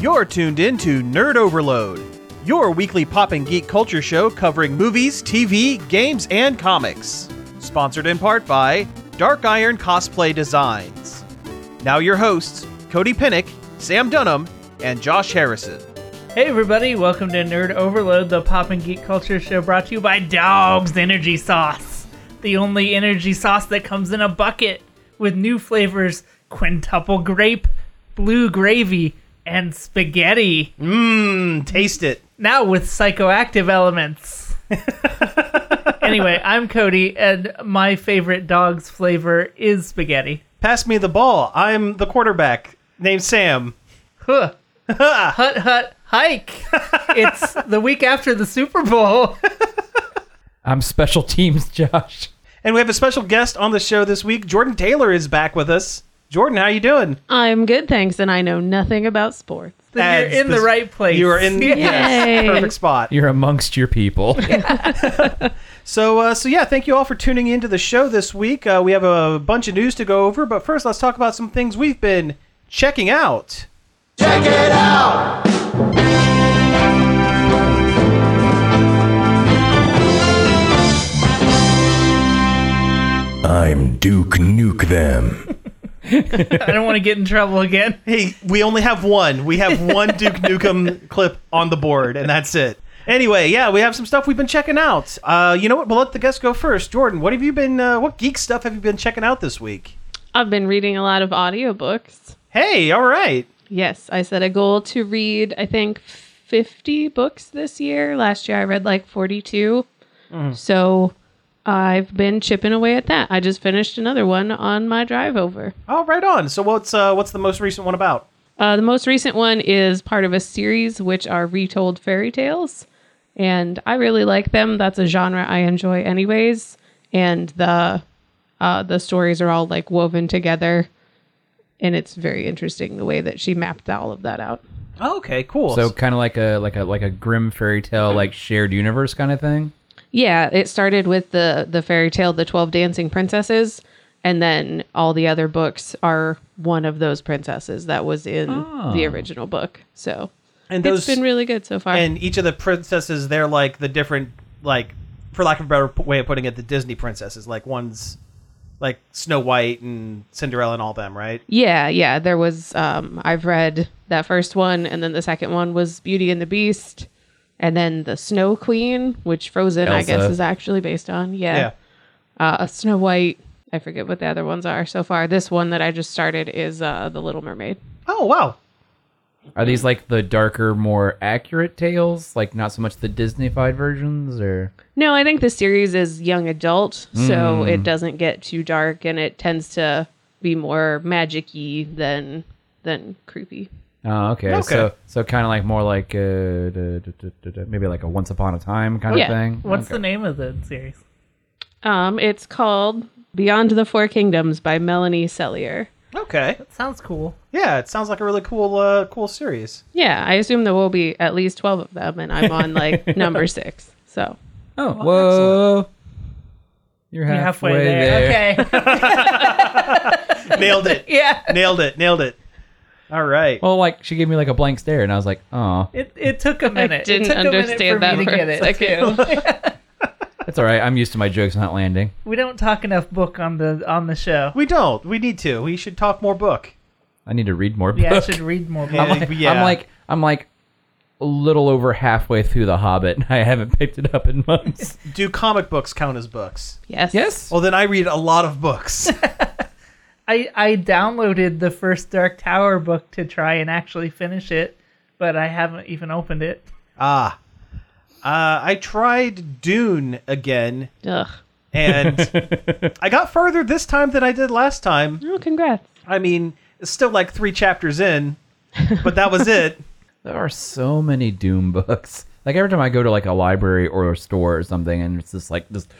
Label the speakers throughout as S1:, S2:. S1: You're tuned in to Nerd Overload, your weekly pop and geek culture show covering movies, TV, games, and comics. Sponsored in part by Dark Iron Cosplay Designs. Now, your hosts, Cody Pinnick, Sam Dunham, and Josh Harrison.
S2: Hey everybody, welcome to Nerd Overload, the pop and geek culture show brought to you by Dogs Energy Sauce. The only energy sauce that comes in a bucket with new flavors quintuple grape, blue gravy, and spaghetti.
S1: Mmm, taste it.
S2: Now with psychoactive elements. anyway, I'm Cody, and my favorite dog's flavor is spaghetti.
S1: Pass me the ball. I'm the quarterback. Named Sam.
S2: Huh. hut, hut, hike. it's the week after the Super Bowl.
S3: I'm special teams, Josh.
S1: And we have a special guest on the show this week. Jordan Taylor is back with us. Jordan, how you doing?
S4: I'm good, thanks, and I know nothing about sports.
S2: Then
S1: That's
S2: you're in the
S1: the-
S2: right place.
S1: You are in
S2: Yeah.
S1: yes,
S4: Yay.
S1: perfect spot.
S3: You're amongst your people.
S1: So, uh, so yeah, thank you all for tuning into the show this week. Uh, we have a bunch of news to go over, but first, let's talk about some things we've been checking out.
S5: I'm Duke Nuke Them.
S2: I don't want to get in trouble again.
S1: Hey, we only have one. We have one Duke Nukem clip on the board, and that's it. Anyway, yeah, we have some stuff we've been checking out. Uh, you know what? We'll let the guests go first. Jordan, what have you been? Uh, what geek stuff have you been checking out this week?
S4: I've been reading a lot of audiobooks.
S1: Hey, all right.
S4: Yes, I set a goal to read, I think, 50 books this year. Last year I read like 42.
S1: Mm.
S4: So I've been chipping away at that. I just finished another one on my drive over.
S1: Oh, right on. So, what's uh, what's the most recent one about?
S4: Uh, the most recent one is part of a series which are retold fairy tales, and I really like them. That's a genre I enjoy, anyways. And the uh, the stories are all like woven together, and it's very interesting the way that she mapped all of that out.
S1: Okay, cool.
S3: so kind of like a like a like a grim fairy tale, like shared universe kind of thing.
S4: Yeah, it started with the the fairy tale, the Twelve Dancing Princesses, and then all the other books are one of those princesses that was in the original book. So
S1: and
S4: it's been really good so far.
S1: and each of the princesses they're like the different like for lack of a better p- way of putting it the disney princesses like one's like snow white and cinderella and all them right
S4: Yeah, yeah. There was um I've read that first one and then the second one was Beauty and the Beast and then the Snow Queen, which Frozen I guess
S3: Elsa.
S4: is actually based on.
S1: yeah
S4: Yeah. Uh Snow White. I forget what the other ones are so far. This one that I just started is uh The Little Mermaid.
S1: oh wow
S3: Are these like the darker, more accurate tales? Like not so much the Disneyfied versions, or
S4: No, I think the series is young adult, so it doesn't get too dark and it tends to be more magic-y than than creepy.
S3: oh, okay.
S1: Okay.
S3: so so kind of like more like uh, da- da- da- da- da- maybe like a Once Upon a Time kind
S4: Yeah.
S3: of thing.
S2: What's the name of the series?
S4: Um it's called Beyond the Four Kingdoms by Melanie Sellier.
S1: okay
S2: Sounds cool.
S1: yeah it sounds like a really cool uh cool series
S4: Yeah, I assume there will be at least 12 of them, and I'm on like number six. So,
S3: Oh, whoa! You're halfway,
S2: You're halfway, there.
S3: there.
S2: Okay.
S1: nailed it
S2: yeah.
S1: nailed it nailed it all right
S3: Well, like she gave me like a blank stare, and I was like, oh,
S2: It, it took a minute. It
S4: didn't
S2: took a minute
S4: understand
S2: for
S4: that
S2: me to
S4: for
S2: get
S4: a
S2: it.
S4: second.
S2: too.
S3: that's all right. I'm used to my jokes not landing.
S2: we don't talk enough book on the on the show.
S1: we don't we need to we should talk more book
S3: I need to read more.
S2: Yeah, I
S3: books.
S2: should read more.
S1: Yeah.
S2: books.
S3: I'm like I'm like a little over halfway through The Hobbit and I haven't picked it up in months.
S1: do comic books count as books
S4: yes.
S3: yes.
S1: well then i read a lot of books Uh,
S2: I I downloaded the first Dark Tower book to try and actually finish it, but I haven't even opened it.
S1: ah uh, i tried dune again
S4: Ugh.
S1: and I got further this time than I did last time.
S4: Oh, congrats.
S1: I mean, it's still like three chapters in, but that was it.
S3: There are so many Doom books. Like every time I go to like a library or a store or something and it's just like just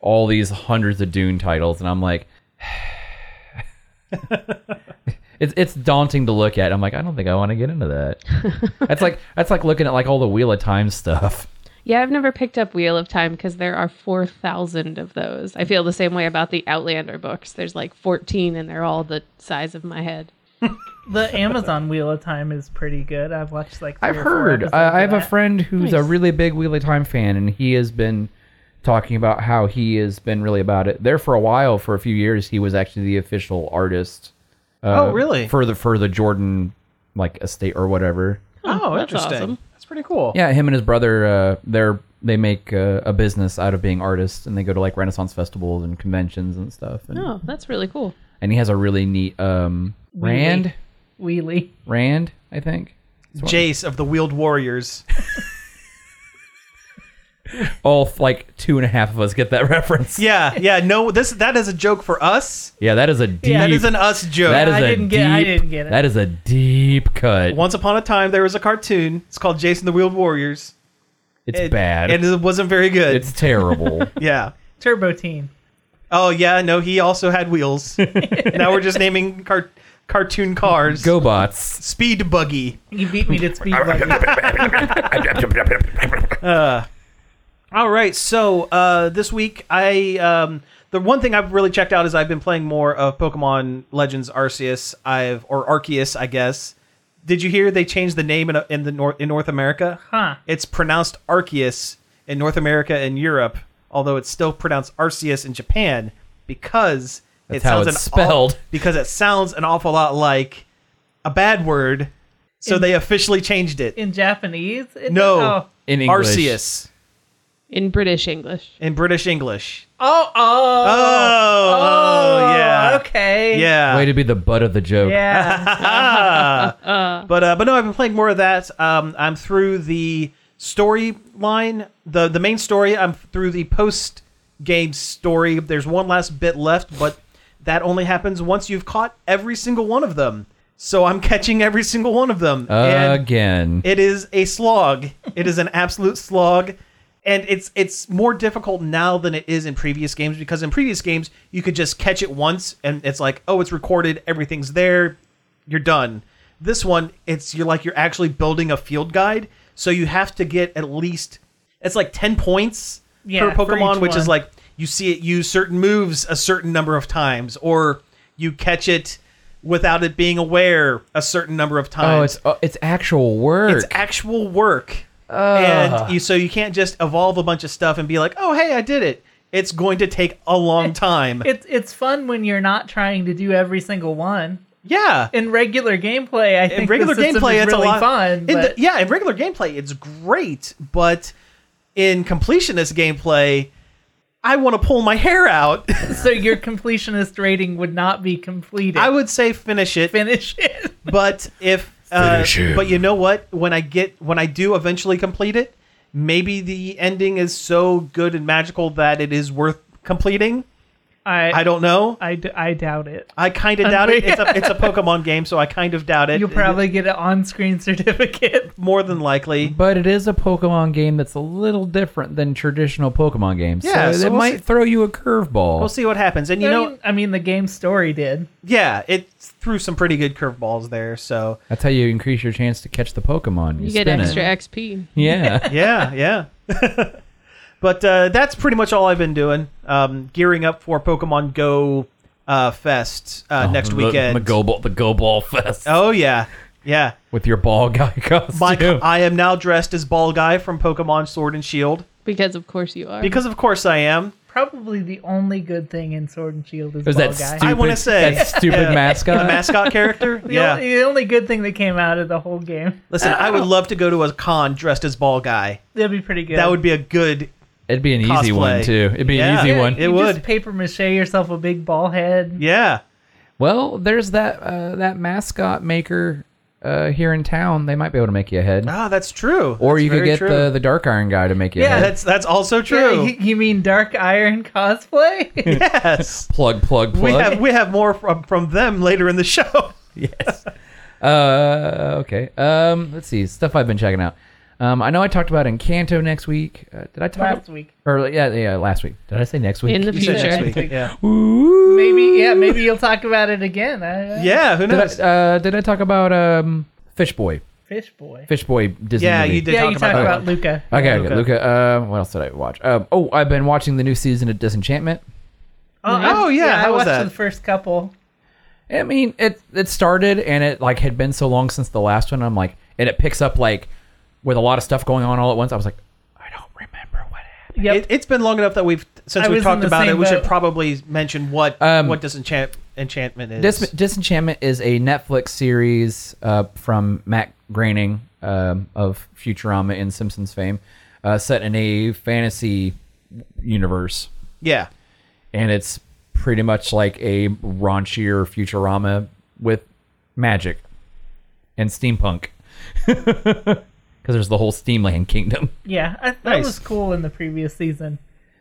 S3: all these hundreds of Dune titles and I'm like It's, it's daunting to look at. I'm like, I don't think I want to get into that. that's like that's like looking at like all the Wheel of Time stuff.
S4: Yeah, I've never picked up Wheel of Time because there are 4,000 of those. I feel the same way about the Outlander books. There's like 14, and they're all the size of my head.
S2: The Amazon Wheel of Time is pretty good. I've watched like. three
S3: I've
S2: or four
S3: heard.
S2: episodes
S3: I, I
S2: of
S3: have a
S2: that.
S3: friend who's a really big Wheel of Time fan, and he has been talking about how he has been really about it. There for a while, for a few years, he was actually the official artist. Uh,
S1: Oh, really?
S3: For the for the Jordan like estate or whatever.
S1: oh,
S4: that's
S1: interesting.
S4: awesome.
S1: That's pretty cool.
S3: Yeah, him and his brother, uh, they're they make uh, a business out of being artists, and they go to like Renaissance festivals and conventions and stuff. And,
S4: Oh, that's really cool.
S3: and he has a really neat um, Rand,
S2: Wheelie.
S3: Rand, I think.
S1: Jace of the Wheeled Warriors.
S3: All like two and a half of us get that reference.
S1: Yeah, yeah. No, this that is a joke for us.
S3: Yeah, that is a deep.
S1: That is an us joke.
S3: that is
S2: I
S3: a
S2: didn't
S3: deep,
S2: get- I didn't get it.
S3: That is a deep cut.
S1: Once upon a time, there was a cartoon. It's called Jason the Wheeled Warriors.
S3: it's
S1: It-
S3: bad.
S1: and it wasn't very good.
S3: it's terrible.
S1: yeah.
S2: Turbo Teen.
S1: Oh yeah. No, he also had wheels. now we're just naming car- cartoon cars.
S3: GoBots.
S1: Speed buggy.
S2: You beat me to speed buggy.
S1: All right, so uh, this week I um, the one thing I've really checked out is I've been playing more of Pokemon Legends Arceus. I've or Arceus, I guess. Did you hear they changed the name in, uh, in the North in North America?
S2: Huh.
S1: It's pronounced Arceus in North America and Europe, although it's still pronounced Arceus in Japan because
S3: That's
S1: it
S3: how
S1: sounds
S3: it's
S1: an aw-
S3: spelled.
S1: because it sounds an awful lot like a bad word. So
S2: In-
S1: they officially changed it.
S2: In Japanese? It's-
S1: No.
S3: In English.
S1: Arceus
S4: In British English.
S1: in British English.
S2: Oh, oh. Oh,
S1: Oh, oh, yeah.
S2: Okay.
S1: Yeah.
S3: Way to be the butt of the joke.
S2: Yeah.
S1: But uh, but no, I've been playing more of that. Um, I'm through the storyline, the the main story. I'm through the post game story. There's one last bit left, but that only happens once you've caught every single one of them. So I'm catching every single one of them. and
S3: Again.
S1: it is a slog. It is an absolute slog, and it's it's more difficult now than it is in previous games because in previous games you could just catch it once and it's like oh it's recorded everything's there, you're done. This one it's you're like you're actually building a field guide, so you have to get at least it's like ten points
S2: Yeah,
S1: per
S2: for
S1: Pokemon,
S2: each
S1: which
S2: one.
S1: is like you see it use certain moves a certain number of times or you catch it without it being aware a certain number of times
S3: oh, it's oh, it's actual work.
S1: it's actual work and you, so you can't just evolve a bunch of stuff and be like oh hey i did it it's going to take a long time
S2: it's, it's fun when you're not trying to do every single one.
S1: yeah
S2: In regular gameplay, I think
S1: in regular
S2: the system
S1: gameplay
S2: is
S1: it's
S2: really
S1: a lot
S2: fun.
S1: in
S2: But
S1: the- yeah in regular gameplay it's great but in completionist gameplay i want to pull my hair out
S2: So your completionist rating would not be completed.
S1: i would say finish it
S2: finish it.
S1: but if uh,
S5: Finish him.
S1: but you know what when i get when i do eventually complete it maybe the ending is so good and magical that it is worth completing
S2: I
S1: i don't know
S2: I, d- I doubt it.
S1: I kind of doubt it. It's a, it's a Pokemon game, so I kind of doubt it.
S2: You'll probably get an on-screen certificate.
S1: more than likely.
S3: but it is a Pokemon game that's a little different than traditional Pokemon games.
S1: Yeah,
S3: so,
S1: so
S3: it
S1: we'll
S3: might
S1: see-
S3: throw you a curveball.
S1: We'll see what happens. And you
S2: I
S1: know,
S2: mean, I mean, the game story did.
S1: yeah, it threw some pretty good curveballs there. So
S3: That's how you increase your chance to catch the Pokemon. You,
S4: You get
S3: spin
S4: extra
S3: It.
S4: XP.
S3: Yeah.
S1: yeah, yeah. but uh, that's pretty much all I've been doing. Um, gearing up for Pokemon Go uh, Fest uh, next
S3: The-
S1: weekend.
S3: The Go Ball, the Go Ball Fest.
S1: Oh yeah, yeah.
S3: With your ball guy costume.
S1: My, I am now dressed as Ball Guy from Pokemon Sword and Shield
S4: Because of course you are.
S1: because, of course, I am.
S2: Probably the only good thing in Sword and Shield is
S3: It was
S2: Ball
S3: that
S2: Guy.
S3: stupid,
S1: I wanna say.
S3: that stupid
S1: Yeah.
S3: mascot.
S1: The mascot character.
S2: the,
S1: yeah.
S2: only, the only good thing that came out of the whole game.
S1: Listen, I would love to go to a con dressed as Ball Guy.
S2: That'd be pretty good.
S1: That would be a good
S3: It'd be an easy
S1: Cosplay.
S3: one too. It'd be an
S1: Yeah.
S3: easy
S1: Yeah.
S3: one.
S1: It
S2: you
S1: would.
S2: Just paper mache yourself a big ball head.
S1: yeah.
S3: well, there's that uh, that mascot maker uh, here in town. They might be able to make you a head,
S1: Ah, that's true.
S3: or
S1: That's
S3: you could
S1: very
S3: get
S1: true.
S3: the the dark iron guy to make you.
S2: Yeah,
S3: a head.
S1: That's that's also
S2: Yeah,
S1: true.
S2: you, you mean Dark Iron cosplay?
S1: yes.
S3: plug plug plug.
S1: We have we have more from from them later in the show.
S3: yes. Uh, okay. Um, let's see stuff I've been checking out. Um, I know I talked about Encanto next week. Uh, did I talk
S2: Last week.
S3: Or yeah, yeah, last week. Did I say next week?
S4: In the
S1: You said
S4: future.
S1: next week. Yeah.
S3: Ooh.
S2: Maybe yeah, maybe you'll talk about it again. uh, I, I,
S1: Yeah, who
S3: Did I,
S1: knows?
S3: uh, did I talk about um, Fish Boy?
S2: Fish boy.
S3: Fish Boy Disney
S1: yeah,
S3: movie.
S1: you did
S2: yeah,
S1: talk
S2: you
S1: about
S2: talk
S1: that.
S2: about Luca.
S3: Okay,
S1: Luca.
S3: Luca. Luca uh, what else did I watch? Um, oh, I've been watching the new season of Disenchantment.
S2: Oh,
S1: Oh, yeah,
S2: I
S1: how was
S2: watched
S1: that?
S2: the first couple.
S3: I mean, it it started and it like had been so long since the last one. I'm like, and it picks up like with a lot of stuff going on all at once. I was like, I don't remember what happened.
S2: Yep.
S1: It, it's been long enough that we've since
S2: I
S1: we
S2: was in
S1: talked
S2: the
S1: about it.
S2: same
S1: We should
S2: boat.
S1: probably mention what
S3: Um,
S1: what disenchant enchantment is.
S3: Dis- Disenchantment is a Netflix series uh, from Matt Groening um, of Futurama and Simpsons fame, uh, set in a fantasy universe,
S1: yeah,
S3: and it's pretty much like a raunchier Futurama with magic and steampunk, because there's the whole Steamland Kingdom.
S2: Yeah, I, that
S1: Nice.
S2: was cool in the previous season.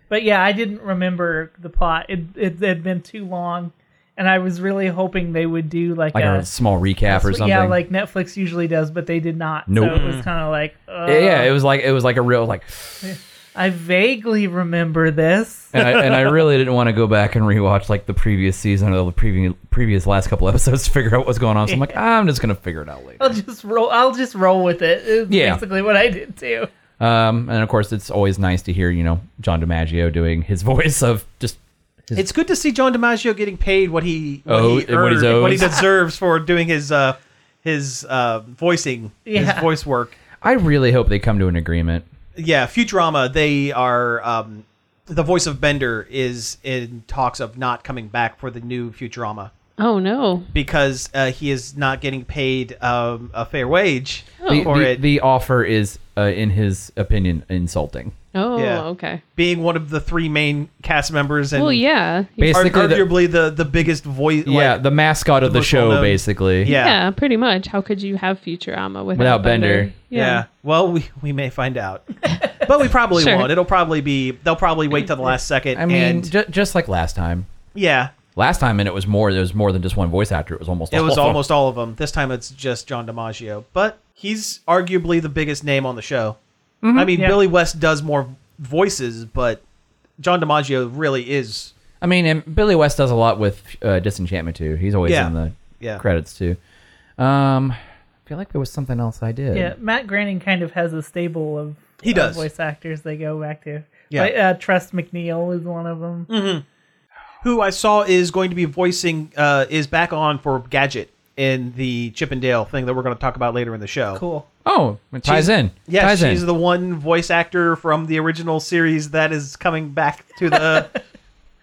S2: But yeah, I didn't remember the plot. It, it had been too long, and I was really hoping they would do like,
S3: like
S2: a
S3: a small recap or something.
S2: yeah, like Netflix usually does, but they did not.
S3: Nope.
S2: So it was kind of like, uh,
S3: yeah, yeah, it was like it was like a real like,
S2: I vaguely remember this.
S3: and I, and I really didn't want to go back and rewatch like the previous season or the previous previous last couple episodes to figure out what's going on. So I'm like, I'm just gonna figure it out later.
S2: I'll just roll. I'll just roll with it. It's
S3: Yeah.
S2: basically what I did too.
S3: Um, and of course, it's always nice to hear you know John DiMaggio doing his voice of just
S1: it's good to see John DiMaggio getting paid what he what,
S3: Oh,
S1: he,
S3: and what he's
S1: earned, what he
S3: owed.
S1: deserves for doing his uh, his uh, voicing, his
S2: Yeah.
S1: voice work.
S3: I really hope they come to an agreement.
S1: Yeah, Futurama. They are um, the voice of Bender is in talks of not coming back for the new Futurama
S4: Oh no.
S1: because uh, he is not getting paid um, a fair wage
S3: Oh. The,
S1: for
S3: the,
S1: it.
S3: the offer is, uh, in his opinion, insulting.
S4: Oh,
S1: Yeah.
S4: okay.
S1: being one of the three main cast members and
S4: Well, yeah.
S1: ar-
S3: Basically, the-
S1: arguably the, the biggest voice.
S3: yeah,
S1: like,
S3: the mascot of the
S1: most
S3: show,
S1: well-known-
S3: basically.
S1: yeah,
S4: yeah. pretty much. How could you have Futurama without,
S3: Without Bender.
S1: yeah. Well, we we may find out, but we probably
S4: Sure.
S1: won't. It'll probably be they'll probably wait till the last second.
S3: I mean,
S1: and
S3: ju- just like last time.
S1: yeah,
S3: Last time, and it was more. There was more than just one voice actor. It was almost.
S1: it
S3: all
S1: was
S3: of them.
S1: almost all of them. This time it's just John DiMaggio, but he's arguably the biggest name on the show. I mean,
S2: Yeah.
S1: Billy West does more voices, but John DiMaggio really is.
S3: I mean, and Billy West does a lot with uh, Disenchantment too. He's always
S1: Yeah.
S3: in the
S1: Yeah.
S3: credits too. Um, I feel like there was something else I did.
S2: Yeah, Matt Groening kind of has a stable of
S1: He
S2: of
S1: does.
S2: voice actors they go back to.
S1: Yeah. Mm.
S2: Like, uh, Trust McNeil is one of them.
S1: Who I saw is going to be voicing uh, is back on for Gadget in the Chippendale thing that we're going to talk about later in the show.
S2: Cool.
S3: Oh, it ties
S1: She's-
S3: in.
S1: Yes,
S3: ties
S1: she's
S3: in.
S1: the one voice actor from the original series that is coming back to the.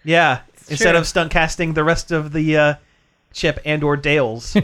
S1: yeah, instead
S2: true.
S1: of stunt casting the rest of the uh, Chip and or Dales,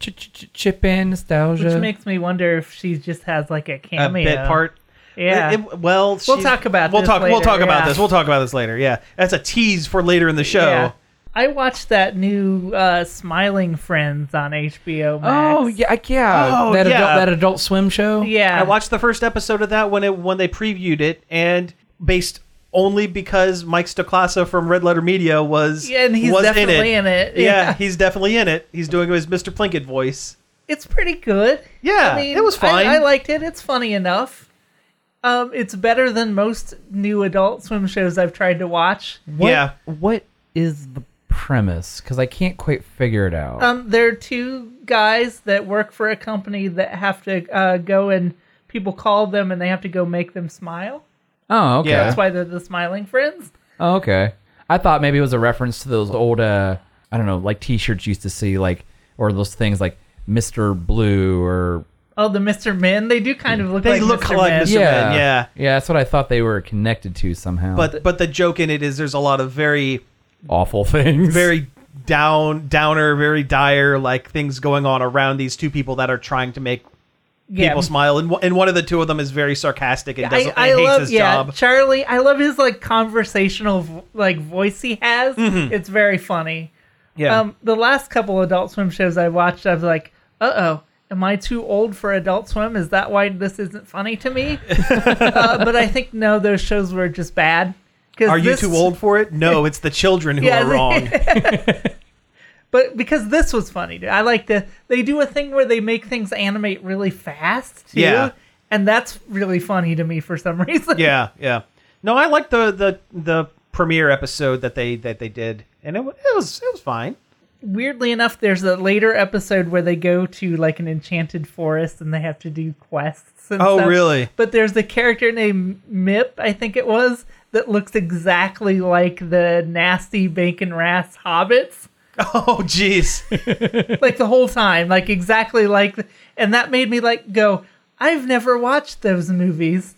S3: Ch- ch- ch- chip in nostalgia.
S2: Which makes me wonder if she just has like a
S1: a
S2: cameo
S1: bit part.
S2: Yeah,
S1: It- it- well,
S2: We'll
S1: she's-
S2: talk about
S1: we'll
S2: this
S1: talk we'll
S2: later,
S1: talk about
S2: yeah.
S1: this. We'll talk about this later. Yeah, that's a tease for later in the show.
S2: Yeah. I watched that new uh, Smiling Friends on HBO Max.
S3: oh yeah, I- yeah.
S1: Oh,
S3: that
S1: yeah.
S3: adult that adult swim show.
S2: yeah.
S1: I watched the first episode of that when it when they previewed it, and based only because Mike Stoclasa from Red Letter Media was
S2: Yeah, and he's
S1: was
S2: definitely in it.
S1: Yeah.
S2: Yeah.
S1: he's definitely in it. He's doing his Mr. Plinkett voice.
S2: It's pretty good.
S1: Yeah,
S2: I mean,
S1: it was fine.
S2: I, I liked it. It's funny enough. Um, it's better than most new Adult Swim shows I've tried to watch.
S3: What,
S1: Yeah.
S3: What is the premise? Because I can't quite figure it out.
S2: Um, there are two guys that work for a company that have to uh, go and people call them and they have to go make them smile.
S3: oh okay.
S1: yeah,
S2: That's why they're the Smiling Friends.
S3: Oh, okay. I thought maybe it was a reference to those old, uh, I don't know, like T-shirts used to see, like, or those things like Mister Blue or
S2: Oh, the Mr. Men. They do kind of look
S1: They
S2: like
S1: look
S2: Mr.
S1: like
S2: Men.
S1: Mr.
S3: yeah,
S1: Man, yeah.
S3: yeah. That's what I thought they were connected to somehow.
S1: But but the joke in it is there's a lot of very
S3: awful things.
S1: very down downer, very dire like things going on around these two people that are trying to make
S2: Yeah.
S1: people smile, and one- and one of the two of them is very sarcastic and doesn't
S2: I, I
S1: and hates
S2: love
S1: his
S2: yeah
S1: job.
S2: Charlie. I love his like conversational vo- like voice he has.
S1: Mm-hmm.
S2: It's very funny.
S1: Yeah,
S2: Um, the last couple Adult Swim shows I watched, I was like, uh oh. Am I too old for Adult Swim? Is that why this isn't funny to me? uh, but I think no, those shows were just bad. 'Cause
S1: are you
S2: this-
S1: too old for it? No, it's the children who
S2: Yeah,
S1: are wrong.
S2: But because this was funny, dude. I like the they do a thing where they make things animate really fast. Too,
S1: Yeah.
S2: and that's really funny to me for some reason.
S1: yeah, yeah. No, I like the the the premiere episode that they that they did, and it, wa- it was it was fine.
S2: weirdly enough, there's a later episode where they go to like an enchanted forest and they have to do quests. And
S1: Oh,
S2: stuff.
S1: really?
S2: But there's a character named Mip, I think it was, that looks exactly like the nasty Bacon Rass hobbits.
S1: Oh, jeez.
S2: like the whole time, like exactly like, and that made me like go, I've never watched those movies.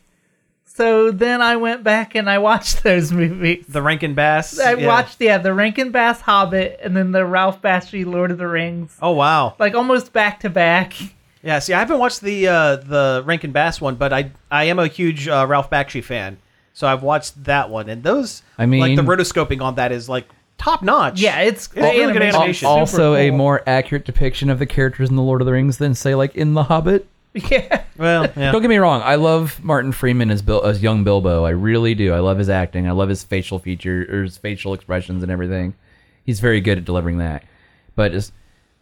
S2: So then I went back and I watched those movies.
S1: The Rankin Bass.
S2: I
S1: yeah.
S2: watched, yeah, the Rankin Bass Hobbit and then the Ralph Bakshi Lord of the Rings,
S1: Oh wow.
S2: like almost back to back.
S1: Yeah. See, I haven't watched the uh, the Rankin Bass one, but I I am a huge uh, Ralph Bakshi fan, so I've watched that one, and those.
S3: I
S1: like the
S3: mean-
S1: rotoscoping on that is like top notch.
S2: Yeah, it's,
S1: It's really good
S3: Al-
S1: animation.
S2: super
S3: also, a
S2: cool.
S3: more accurate depiction of the characters in The Lord of the Rings than, say, like in The Hobbit.
S2: yeah.
S1: Well, yeah.
S3: Don't get me wrong. I love Martin Freeman as Bil- as young Bilbo. I really do. I love his acting. I love his facial features, or his facial expressions, and everything. He's very good at delivering that. But as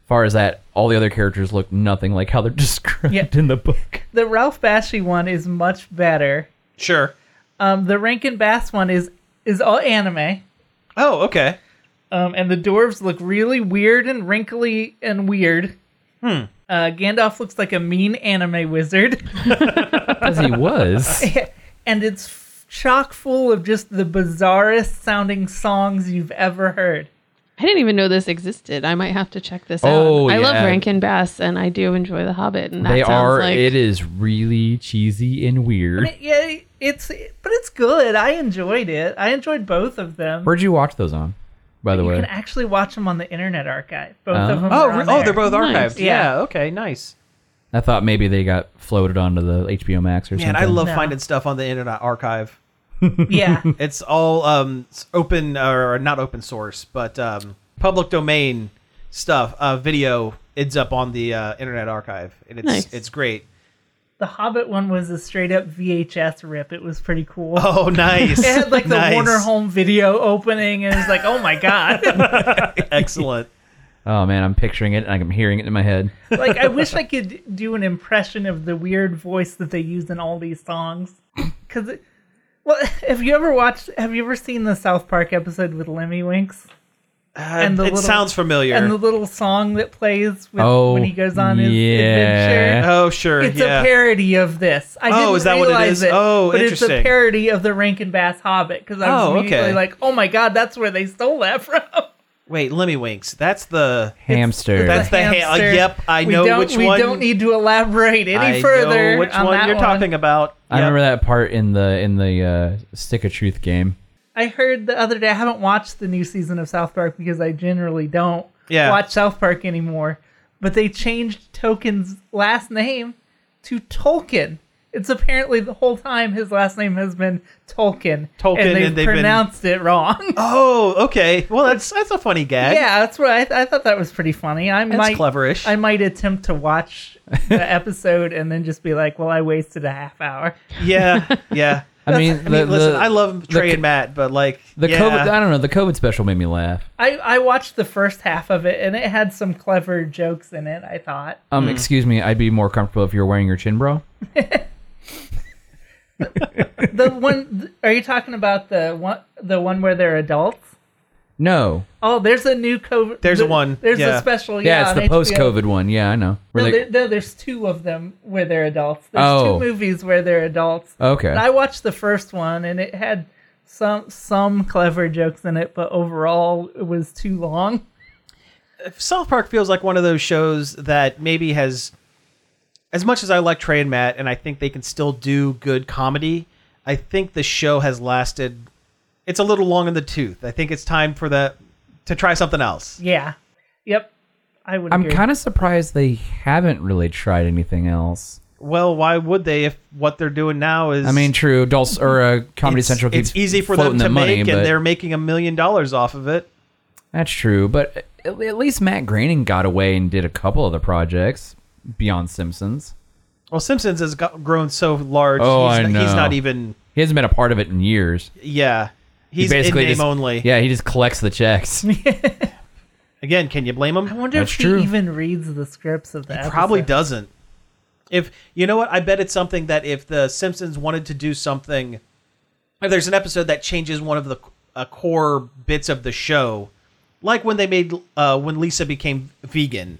S3: far as that, all the other characters look nothing like how they're described
S2: Yeah.
S3: in the book.
S2: The Ralph Bakshi one is much better.
S1: Sure.
S2: Um, the Rankin Bass one is is all anime,
S1: Oh, okay.
S2: um, and the dwarves look really weird and wrinkly and weird. Hmm. Uh, Gandalf looks like a mean anime wizard,
S3: As he was.
S2: and it's f- chock full of just the bizarrest sounding songs you've ever heard.
S4: I didn't even know this existed. I might have to check this
S3: Oh,
S4: out. I love
S3: yeah.
S4: Rankin Bass, and I do enjoy The Hobbit. And that
S3: They
S4: sounds
S3: are.
S4: Like,
S3: it is really cheesy and weird.
S2: It- yeah, it's but it's good. I enjoyed it. I enjoyed both of them.
S3: Where'd you watch those on? By the
S2: you
S3: way,
S2: can actually watch them on the Internet Archive. Both
S3: Oh.
S2: of them.
S1: Oh,
S2: are
S1: re-
S2: on
S1: oh,
S2: there.
S1: they're both
S4: Nice.
S1: archived.
S2: Yeah.
S1: Yeah. Okay. Nice.
S3: I thought maybe they got floated onto the HBO Max or
S1: Man,
S3: something.
S1: I love
S2: No.
S1: finding stuff on the internet archive.
S2: yeah.
S1: It's all um s- open or not open source, but um public domain stuff. Uh, video ends up on the uh, internet archive, and it's
S4: Nice.
S1: it's great.
S2: The Hobbit one was a straight up VHS rip. It was pretty cool.
S1: Oh, nice!
S2: It had like the
S1: Nice.
S2: Warner Home Video opening, and it was like, oh my god!
S1: Excellent.
S3: Oh man, I'm picturing it and I'm hearing it in my head.
S2: like I wish I could do an impression of the weird voice that they use in all these songs. Because, well, have you ever watched? Have you ever seen the South Park episode with Lemmy Winks
S1: Uh, it
S2: the little-
S1: sounds familiar.
S2: and the little song that plays with,
S3: Oh,
S2: when he goes on his
S3: yeah.
S2: adventure?
S1: oh, sure.
S2: It's
S1: yeah.
S2: a parody of this. I
S1: Oh,
S2: didn't
S1: is that what it
S2: realize
S1: is?
S2: It,
S1: Oh,
S2: but it's a
S1: interesting.
S2: parody of the Rankin Bass Hobbit because I was
S1: Oh, okay.
S2: immediately like, oh my god, that's where they stole that from.
S1: Wait, Lemmy Winks. That's the.
S3: Hamster.
S1: that's- the ha-
S2: hamster.
S1: uh, yep, I
S2: we
S1: know
S2: don't,
S1: which
S2: we
S1: one-
S2: don't need to elaborate any
S1: I
S2: further
S1: know which
S2: on
S1: one
S2: that
S1: you're talking about.
S3: I remember that part in the in the uh, Stick of Truth game.
S2: I heard the other day. I haven't watched the new season of South Park because I generally don't
S1: Yeah.
S2: watch South Park anymore. But they changed Tolkien's last name to Tolkien. It's apparently the whole time his last name has been Tolkien.
S1: Tolkien,
S2: and they
S1: and they've been-
S2: pronounced it wrong.
S1: Oh, okay. Well, that's that's a funny gag.
S2: yeah, that's what I, th- I thought. That was pretty funny. I
S1: that's
S2: might
S1: cleverish.
S2: I might attempt to watch the episode and then just be like, "Well, I wasted a half hour."
S1: yeah, yeah.
S3: I mean,
S1: I mean,
S3: the-
S1: listen,
S3: the-
S1: I love Trey
S3: the,
S1: and Matt, but like
S3: The
S1: yeah.
S3: COVID, I don't know. The COVID special made me laugh.
S2: I, I watched the first half of it and it had some clever jokes in it. I thought.
S1: Mm.
S3: Um, excuse me, I'd be more comfortable if you were wearing your chin bra.
S2: the one are you talking about the one the one where they're adults
S3: No,
S2: oh there's a new covid
S1: There's a one,
S2: there's
S1: yeah.
S2: a special yeah,
S3: yeah, it's the
S2: on HBO.
S3: post COVID one. Yeah, I know. We're
S2: no,
S3: like-
S2: there, no, there's two of them where they're adults there's
S3: Oh.
S2: two movies where they're adults
S3: okay,
S2: and i watched the first one and it had some some clever jokes in it but overall it was too long
S1: South Park feels like one of those shows that maybe has, as much as I like Trey and Matt, and I think they can still do good comedy. I think the show has lasted. It's a little long in the tooth. I think it's time for the to try something else.
S2: yeah yep i would
S3: I'm
S2: agree.
S3: kind of surprised they haven't really tried anything else.
S1: Well, why would they if what they're doing now is?
S3: I mean, true, Dulce or uh, Comedy
S1: it's,
S3: Central keeps
S1: it's easy for them
S3: floating
S1: to
S3: the money,
S1: make,
S3: but-
S1: and they're making a million dollars off of it.
S3: That's true, but at, at least Matt Groening got away and did a couple other projects beyond Simpsons.
S1: Well, Simpsons has got, grown so large.
S3: Oh,
S1: he's,
S3: I
S1: not- he's
S3: know.
S1: not even.
S3: He hasn't been a part of it in years.
S1: Yeah, he's
S3: he basically
S1: in name
S3: just-
S1: only.
S3: Yeah, he just collects the checks.
S1: Again, can you blame him?
S2: i wonder
S3: That's
S2: if he
S3: true.
S2: even reads the scripts of that
S1: Probably doesn't. If you know what, I bet it's something that if the Simpsons wanted to do something, if there's an episode that changes one of the uh, core bits of the show, like when they made uh, when Lisa became vegan,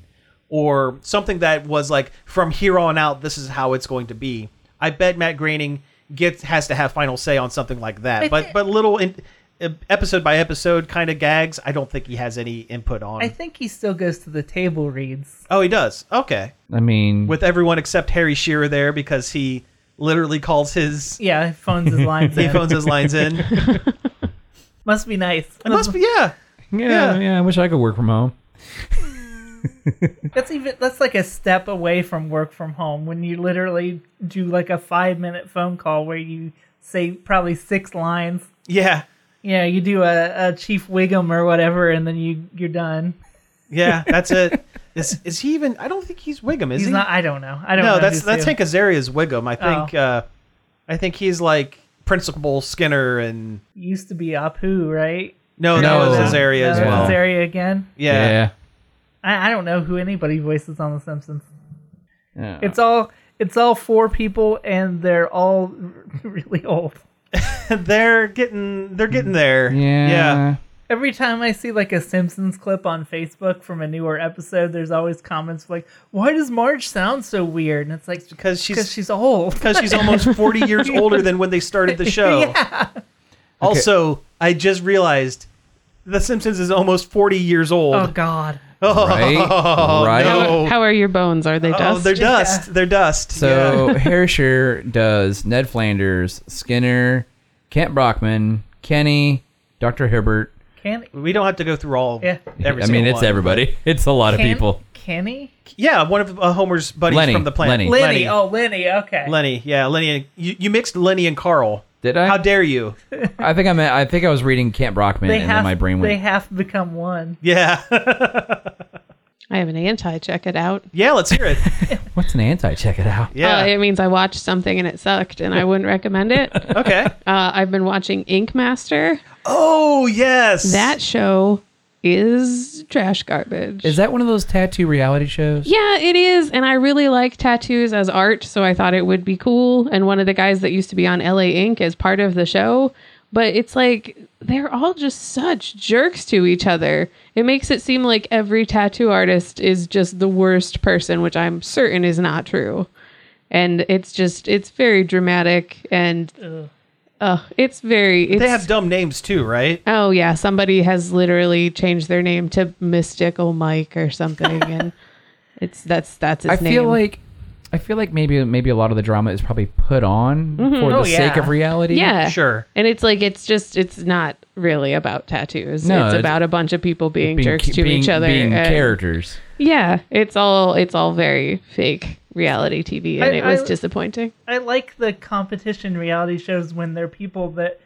S1: or something that was like from here on out, this is how it's going to be. I bet Matt Groening gets has to have final say on something like that. But but little in, e- episode by episode kind of gags. I don't think he has any input on.
S2: I think he still goes to the table reads.
S1: oh, he does. Okay,
S3: I mean,
S1: with everyone except Harry Shearer there because he literally calls his
S2: Yeah, he phones his lines
S1: he
S2: in.
S1: phones his lines in. It
S2: Must be nice.
S1: must be yeah.
S3: yeah,
S1: yeah.
S3: yeah, I wish I could work from home.
S2: That's even that's like a step away from work from home when you literally do like a five minute phone call where you say probably six lines.
S1: Yeah.
S2: Yeah, you do a, a Chief Wiggum or whatever, and then you you're done.
S1: Yeah, that's it. Is is he even? I don't think he's Wiggum. Is
S2: He's
S1: he?
S2: not. I don't know. I don't.
S1: no,
S2: know Oh.
S1: that's
S2: who's
S1: that's
S2: who.
S1: Hank Azaria's Wiggum. I think. Uh, I think he's like Principal Skinner and
S2: Used to be Apu, right?
S1: no, that
S3: No.
S1: was Azaria as
S2: Uh,
S1: well.
S2: Azaria again.
S1: Yeah.
S2: I, I don't know who anybody voices on The Simpsons.
S3: Yeah.
S2: It's all it's all four people, and they're all really old.
S1: they're getting they're getting there.
S3: Mm. yeah.
S1: yeah.
S2: Every time I see like a Simpsons clip on Facebook from a newer episode, there's always comments like, "Why does Marge sound so weird?" And it's like
S1: because she's
S2: because she's old.
S1: because she's almost 40 years older than when they started the show. Also, I just realized The Simpsons is almost 40 years old.
S2: Oh God.
S3: Right. right.
S1: Oh.
S4: How are your bones? Are they
S1: Oh,
S4: dust?
S1: they're dust. They're dust.
S3: So Herisher does Ned Flanders, Skinner, Kent Brockman, Kenny, Dr. Hibbert.
S2: Can
S1: yeah. we don't have to go through all.
S2: Yeah.
S1: Every
S3: I mean,
S1: single
S3: it's
S1: one.
S3: everybody. It's a lot of
S2: can,
S3: people.
S2: Can he?
S1: Yeah, one of uh, Homer's buddies
S3: Lenny,
S1: from the planet.
S3: Lenny.
S2: Lenny. Oh, Lenny. Okay.
S1: Lenny. Yeah, Lenny. And, you, you mixed Lenny and Carl.
S3: Did I?
S1: How dare you?
S3: I think I meant, I think I was reading Kent Brockman,
S2: They
S3: and
S2: have.
S3: then my brain
S2: They
S3: went.
S2: have become one.
S1: Yeah.
S4: I have an anti. Check it out.
S1: yeah, let's hear it.
S3: What's an anti? Check it out.
S1: Yeah.
S4: Uh, it means I watched something and it sucked, and I wouldn't recommend it. Uh,
S1: okay.
S4: I've been watching Ink Master.
S1: Oh, yes.
S4: That show is trash garbage.
S3: Is that one of those tattoo reality shows?
S4: Yeah, it is. And I really like tattoos as art, so I thought it would be cool. And one of the guys that used to be on LA Inc. is part of the show. But it's like they're all just such jerks to each other. It makes it seem like every tattoo artist is just the worst person, which I'm certain is not true. And it's just, it's very dramatic and uh, it's very. It's,
S1: they have dumb names too, right?
S4: Oh yeah, somebody has literally changed their name to Mystical Mike or something, and it's that's that's his
S3: I
S4: name.
S3: feel like I feel like maybe maybe a lot of the drama is probably put on for
S2: Oh,
S3: the sake
S2: yeah.
S3: of reality.
S4: yeah,
S1: Sure.
S4: And it's like it's just it's not really about tattoos.
S3: No,
S4: it's,
S3: it's-
S4: about a bunch of people being,
S3: Being,
S4: jerks to
S3: being-
S4: each other.
S3: being
S4: and-
S3: characters.
S4: yeah, it's all it's all very fake reality TV, and
S2: I-
S4: it was
S2: I-
S4: disappointing.
S2: I like the competition reality shows when they're people that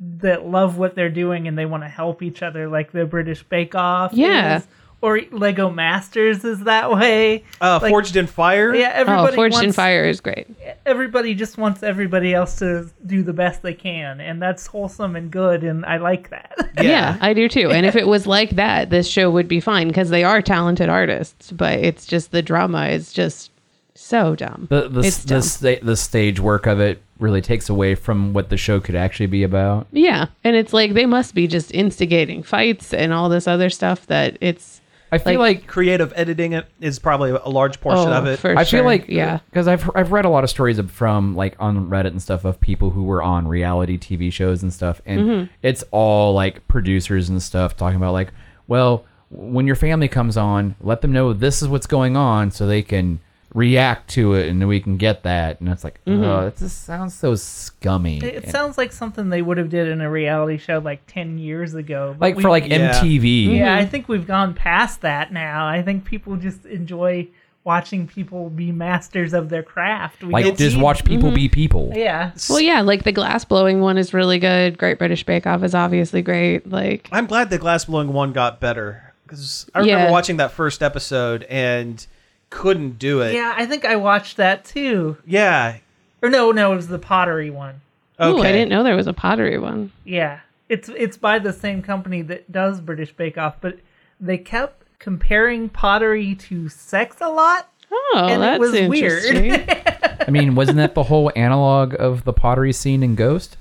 S2: that love what they're doing and they want to help each other, like the British Bake Off.
S4: Yeah.
S2: is, or Lego Masters is that way.
S1: Uh,
S2: Like-
S1: Forged in Fire.
S2: Yeah,
S4: Oh,
S2: everybody
S4: Forged
S2: wants
S4: in Fire is great.
S2: everybody just wants everybody else to do the best they can, and that's wholesome and good, and I like that.
S4: Yeah, I do too. And if it was like that, this show would be fine because they are talented artists. But it's just the drama is just so dumb.
S3: The the
S4: it's
S3: the,
S4: dumb.
S3: sta- the stage work of it really takes away from what the show could actually be about.
S4: yeah, and it's like they must be just instigating fights and all this other stuff that it's
S3: I feel
S4: Like-
S3: like,
S1: Creative editing it is probably a large portion
S4: oh,
S1: of it.
S4: for
S3: I feel
S4: sure.
S3: like
S4: yeah.
S3: because I've I've read a lot of stories of- from like on Reddit and stuff of people who were on reality TV shows and stuff, and
S4: Mm-hmm.
S3: it's all like producers and stuff talking about like, well, when your family comes on, let them know this is what's going on so they can react to it and we can get that. And it's like,
S4: Mm-hmm.
S3: oh, that just sounds so scummy.
S2: It sounds like something they would have did in a reality show like ten years ago. but
S3: like
S2: we-
S3: for like
S1: Yeah.
S3: MTV.
S2: yeah, I think we've gone past that now. I think people just enjoy watching people be masters of their craft. We
S3: Like
S2: don't
S3: just
S2: need-
S3: watch people be people.
S2: Mm-hmm. Yeah,
S4: Well, yeah, like the glass blowing one is really good. Great British Bake Off is obviously great. Like
S1: I'm glad the glass blowing one got better because I remember
S4: Yeah.
S1: watching that first episode and couldn't do it.
S2: yeah. I think I watched that too.
S1: Yeah.
S2: Or no, no, it was the pottery one.
S1: Okay.
S4: ooh, I didn't know there was a pottery one.
S2: Yeah, it's it's by the same company that does British Bake Off, but they kept comparing pottery to sex a lot.
S4: Oh,
S2: And it
S4: that's
S2: was weird.
S4: interesting.
S3: I mean, wasn't that the whole analog of the pottery scene in Ghost?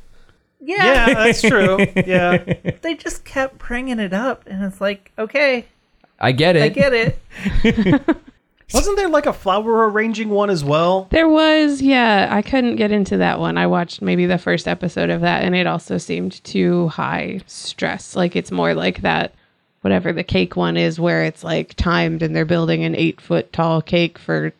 S1: Yeah, that's true. Yeah.
S2: they just kept bringing it up, and it's like, okay,
S3: I get it.
S2: I get it.
S1: Wasn't there like a flower arranging one as well?
S4: There was, yeah, I couldn't get into that one. I watched maybe the first episode of that, and it also seemed too high stress. Like it's more like that, whatever the cake one is, where it's like timed and they're building an eight foot tall cake for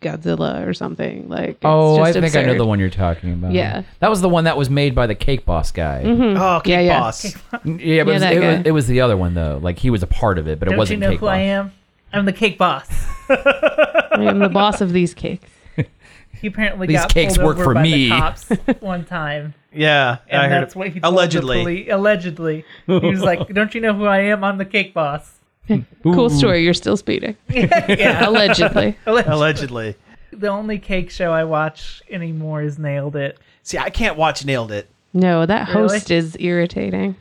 S4: Godzilla or something. Like, it's
S3: Oh, I
S4: just
S3: think I know
S4: absurd.
S3: the one you're talking about.
S4: Yeah.
S3: that was the one that was made by the Cake Boss guy.
S2: Mm-hmm.
S1: Oh, Cake
S4: Yeah, yeah.
S1: Boss.
S3: N- Yeah, but
S4: Yeah, that
S3: it, was, it,
S4: guy.
S3: was, it was the other one though. Like he was a part of it, but it
S2: Don't you
S3: wasn't
S2: know
S3: Cake
S2: who
S3: Boss.
S2: I am? I'm the cake boss.
S4: I am the boss of these cakes.
S2: He apparently
S3: These
S2: got
S3: cakes
S2: pulled
S3: work
S2: over
S3: for
S2: by
S3: me.
S2: the cops one time,
S1: Yeah,
S2: and
S1: I heard.
S2: that's what he told The
S1: Allegedly,
S2: police. Allegedly, he was like, "Don't you know who I am? I'm the cake boss."
S4: Cool story. You're still speeding,
S2: yeah,
S4: allegedly.
S1: allegedly.
S2: the only cake show I watch anymore is Nailed It.
S1: See, I can't watch Nailed It.
S4: No, that
S2: Really?
S4: host is irritating.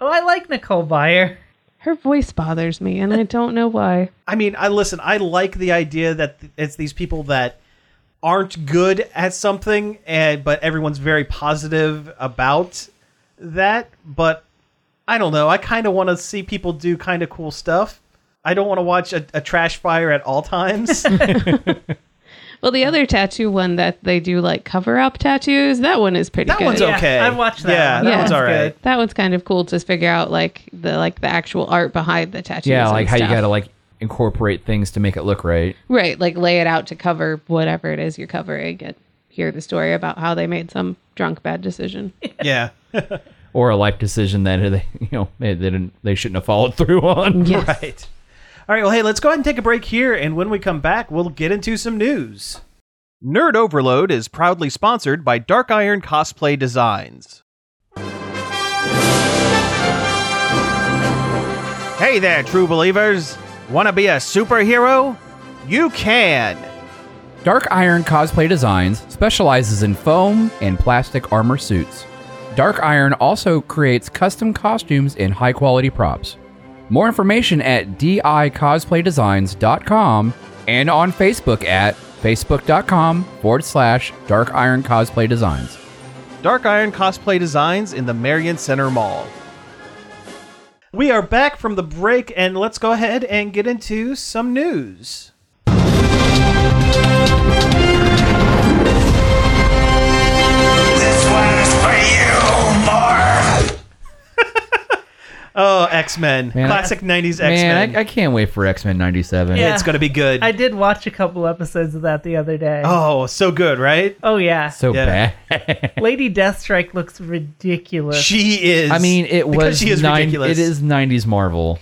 S2: Oh, I like Nicole Byer.
S4: Her voice bothers me, and I don't know why.
S1: I mean, I listen. I like the idea that th- it's these people that aren't good at something, and but everyone's very positive about that. But I don't know. I kind of want to see people do kind of cool stuff. I don't want to watch a, a trash fire at all times.
S4: Well, the other tattoo one that they do like cover up tattoos, that one is pretty
S1: that
S4: good.
S1: one's
S2: Yeah,
S1: okay.
S2: I've watched that
S1: Yeah,
S2: one.
S1: that
S4: Yeah.
S1: one's all
S2: That's
S1: right.
S2: good.
S4: That one's kind of cool to figure out like the like the actual art behind the tattoos.
S3: Yeah,
S4: and
S3: like how you
S4: stuff.
S3: gotta like incorporate things to make it look right.
S4: right, like lay it out to cover whatever it is you're covering and hear the story about how they made some drunk bad decision.
S1: Yeah.
S3: or a life decision that they you know they didn't they shouldn't have followed through on.
S4: Yes.
S1: Right. All right. Well, hey, let's go ahead and take a break here. And when we come back, we'll get into some news. Nerd Overload is proudly sponsored by Dark Iron Cosplay Designs. Hey there, true believers. Want to be a superhero? You can.
S3: Dark Iron Cosplay Designs specializes in foam and plastic armor suits. Dark Iron also creates custom costumes and high quality props. More information at dicosplaydesigns.com and on Facebook at facebook.com forward slash dark iron cosplay designs.
S1: Dark Iron Cosplay Designs in the Marion Center Mall. We are back from the break, and let's go ahead and get into some news.
S6: This one's for you, Marv.
S1: Oh, X Men.
S3: Man, I-
S1: Classic 90s X Men.
S3: Man, I, I can't wait for X Men 97.
S2: Yeah.
S1: It's going to be good.
S2: I did watch a couple episodes of that the other day. Oh,
S1: oh, so good, right?
S2: yeah,
S3: So
S1: Yeah.
S3: bad.
S2: Lady Deathstrike looks ridiculous.
S1: She is.
S3: Uh, I mean, it
S1: because
S3: was
S1: she is
S3: nine-
S1: ridiculous.
S3: it is 90s Marvel.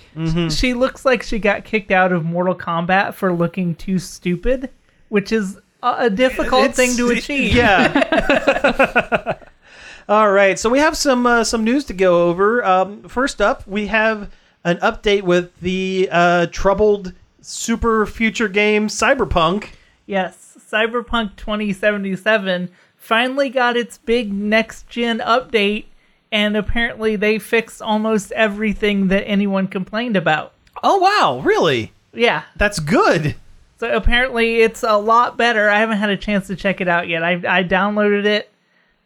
S2: She looks like she got kicked out of Mortal Kombat for looking too stupid, which is a, a difficult
S1: It's-
S2: thing to
S1: it-
S2: achieve.
S1: Yeah. All right, so we have some uh, some news to go over. Um, first up, we have an update with the uh, troubled super future game Cyberpunk.
S2: Yes, Cyberpunk 2077 finally got its big next gen update, and apparently they fixed almost everything that anyone complained about.
S1: Oh wow, really?
S2: Yeah,
S1: That's good.
S2: so apparently it's a lot better. I haven't had a chance to check it out yet. I, I downloaded it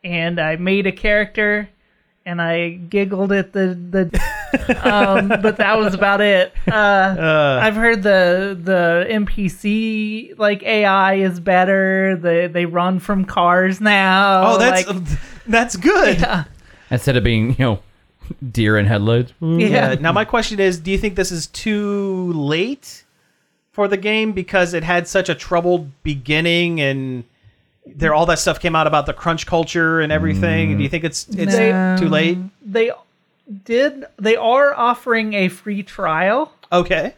S2: and I made a character and I giggled at the the, um, but that was about it. Uh, I've heard the the NPC like AI is better. They they run from cars now.
S1: Oh, that's
S2: like,
S1: that's good.
S3: Instead of being, you know, deer in headlights.
S1: Yeah.
S2: yeah.
S1: Uh, Now my question is, do you think this is too late for the game because it had such a troubled beginning and there all that stuff came out about the crunch culture and everything? Do you think it's it's
S2: No.
S1: too late?
S2: They did. They are offering a free trial.
S1: Okay.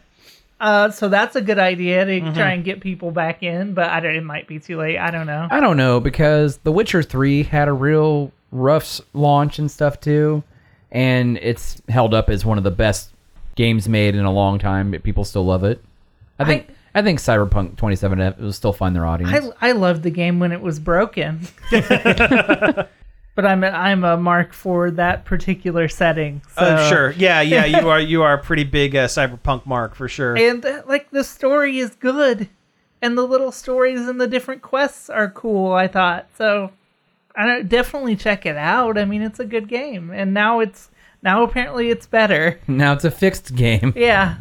S2: Uh, so that's a good idea to try and get people back in, but I don't, it might be too late. I don't know.
S3: I don't know because The Witcher 3 had a real rough s- launch and stuff too, and it's held up as one of the best games made in a long time. but People still love it. I think I, think Cyberpunk 27 it will still find their audience.
S2: I, I loved the game when it was broken. but I'm a, I'm a mark for that particular setting. So.
S1: Uh, sure. Yeah, yeah, you are you are a pretty big uh, cyberpunk mark for sure.
S2: And uh, like the story is good, and the little stories and the different quests are cool. I thought so. I don't, definitely check it out. I mean, it's a good game, and now it's now apparently it's better.
S3: now it's a fixed game.
S2: Yeah.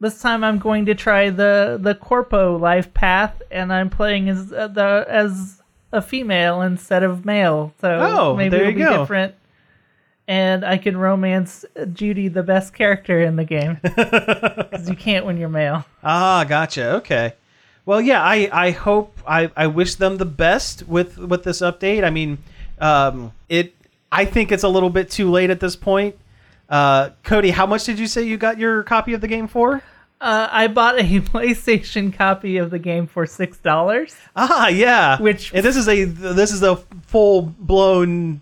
S2: This time I'm going to try the the corpo life path, and I'm playing as uh, the as a female instead of male. So
S1: Oh,
S2: maybe
S1: there
S2: it'll
S1: you
S2: be
S1: go.
S2: different. And I can romance Judy, the best character in the game, because you can't when you're male.
S1: Ah, gotcha. Okay. Well, yeah. I I hope I I wish them the best with with this update. I mean, um, it. I think it's a little bit too late at this point. Uh, Cody, how much did you say you got your copy of the game for?
S2: Uh, I bought a PlayStation copy of the game for six dollars.
S1: Ah, yeah.
S2: Which-
S1: and this is a this is a full blown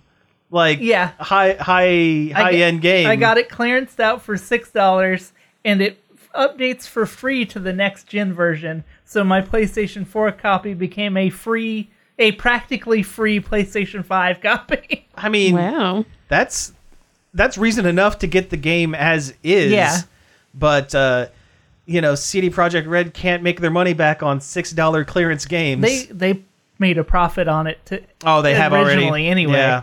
S1: like
S2: Yeah.
S1: high high high end game.
S2: I got it clearanced out for six dollars, and it f- updates for free to the next gen version. So my PlayStation 4 copy became a free, a practically free PlayStation 5 copy.
S1: I mean,
S4: Wow.
S1: that's that's reason enough to get the game as is.
S2: Yeah.
S1: But uh, you know, CD Project Red can't make their money back on six dollar clearance games.
S2: they they made a profit on it to,
S1: oh, they have
S2: originally
S1: already
S2: anyway.
S1: Yeah.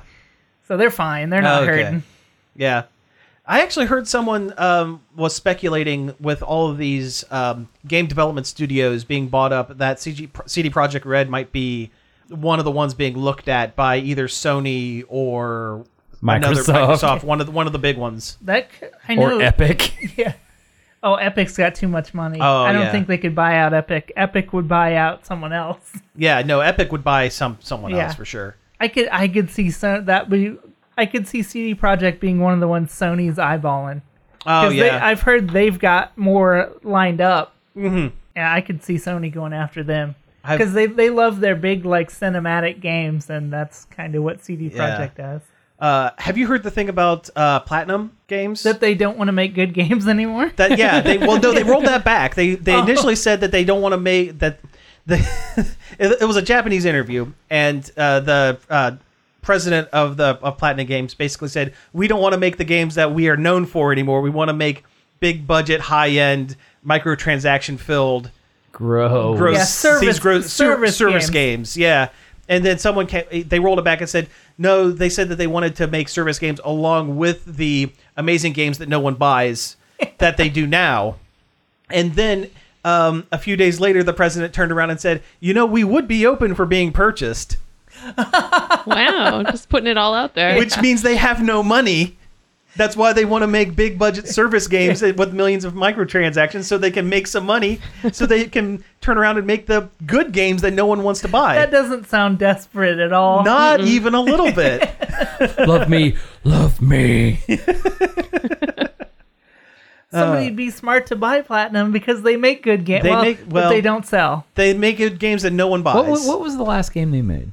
S2: so they're fine. They're not
S1: Okay.
S2: hurting.
S1: Yeah. I actually heard someone um, was speculating with all of these um, game development studios being bought up that CG, Pro- CD Project Red might be one of the ones being looked at by either Sony or another
S3: Microsoft.
S1: Microsoft, one of the, one of the big ones.
S2: That c- I know.
S3: or Epic.
S2: Oh, Epic's got too much money.
S1: Oh,
S2: I don't
S1: yeah.
S2: think they could buy out Epic. Epic would buy out someone else.
S1: Yeah, no, Epic would buy some someone
S2: Yeah.
S1: else for sure.
S2: I could I could see so that we I could see CD Project being one of the ones Sony's eyeballing.
S1: Oh
S2: 'Cause they-
S1: yeah,
S2: I've heard they've got more lined up. Mm-hmm. Yeah, I could see Sony going after them
S1: I've-
S2: because they they love their big like cinematic games, and that's kind of what CD
S1: Yeah.
S2: Project does.
S1: uh, have you heard the thing about uh, Platinum Games?
S2: That they don't want to make good games anymore.
S1: That yeah, they well no, they rolled that back. They they
S2: Oh.
S1: initially said that they don't want to make that the it, it was a Japanese interview and uh, the uh, president of the of Platinum Games basically said we don't want to make the games that we are known for anymore. We want to make big budget, high end, microtransaction filled
S3: Grow.
S1: gross
S2: Yeah, service-
S1: these gross ser-
S2: service
S1: service,
S2: games.
S1: games. Yeah, and then someone came, they rolled it back and said no. They said that they wanted to make service games along with the amazing games that no one buys that they do now. And then um, a few days later, the president turned around and said, "You know, we would be open for being purchased,"
S4: Wow. Just putting it all out there.
S1: which means they have no money. That's why they want to make big budget service games with millions of microtransactions so they can make some money so they can turn around and make the good games that no one wants to buy.
S2: That doesn't sound desperate at all.
S1: Not even a little bit.
S3: love me, love me.
S2: Somebody'd be smart to buy Platinum because they make good
S1: uh,
S2: games.
S1: They
S2: well,
S1: make-
S2: but
S1: well-
S2: they don't sell.
S1: they make good games that no one buys.
S3: What, wa- what was the last game they made?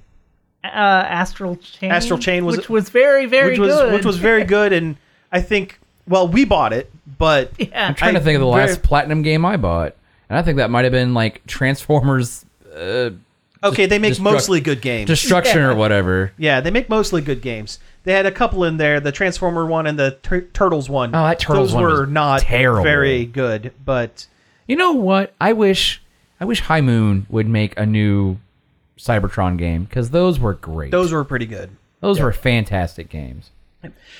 S2: Uh, Astral Chain.
S1: Astral Chain was-
S2: which was very very
S1: which was
S2: good.
S1: which was very good, and I think well we bought it, but
S2: yeah.
S3: I'm trying
S1: I-
S3: to think of the
S1: very-
S3: last platinum game I bought, and I think that might have been like Transformers uh,
S1: okay, they make
S3: Destruct-
S1: mostly good games.
S3: Destruction or whatever.
S1: yeah, they make mostly good games. They had a couple in there, the Transformer one and the tur- Turtles one.
S3: Oh, that Turtles
S1: Those
S3: one
S1: were
S3: was
S1: not
S3: terrible.
S1: very good, but
S3: You know what? I wish, I wish High Moon would make a new Cybertron game because those were great.
S1: those were pretty good.
S3: those were fantastic games.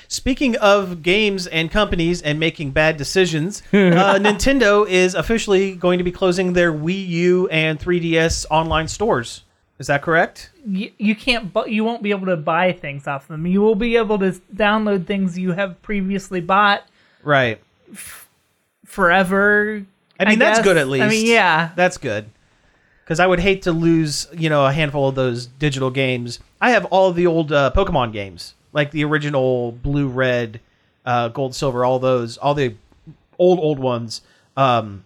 S1: Speaking of games and companies and making bad decisions, uh, Nintendo is officially going to be closing their Wii U and 3DS online stores. Is that correct?
S2: you, you can't bu- you won't be able to buy things off them you will be able to s- download things you have previously bought
S1: Right.
S2: forever
S1: I mean, that's
S2: guess.
S1: good at least.
S2: i mean yeah
S1: That's good. Because I would hate to lose, you know, a handful of those digital games. I have all the old uh, Pokemon games, like the original Blue, Red, uh, Gold, Silver, all those, all the old, old ones, um,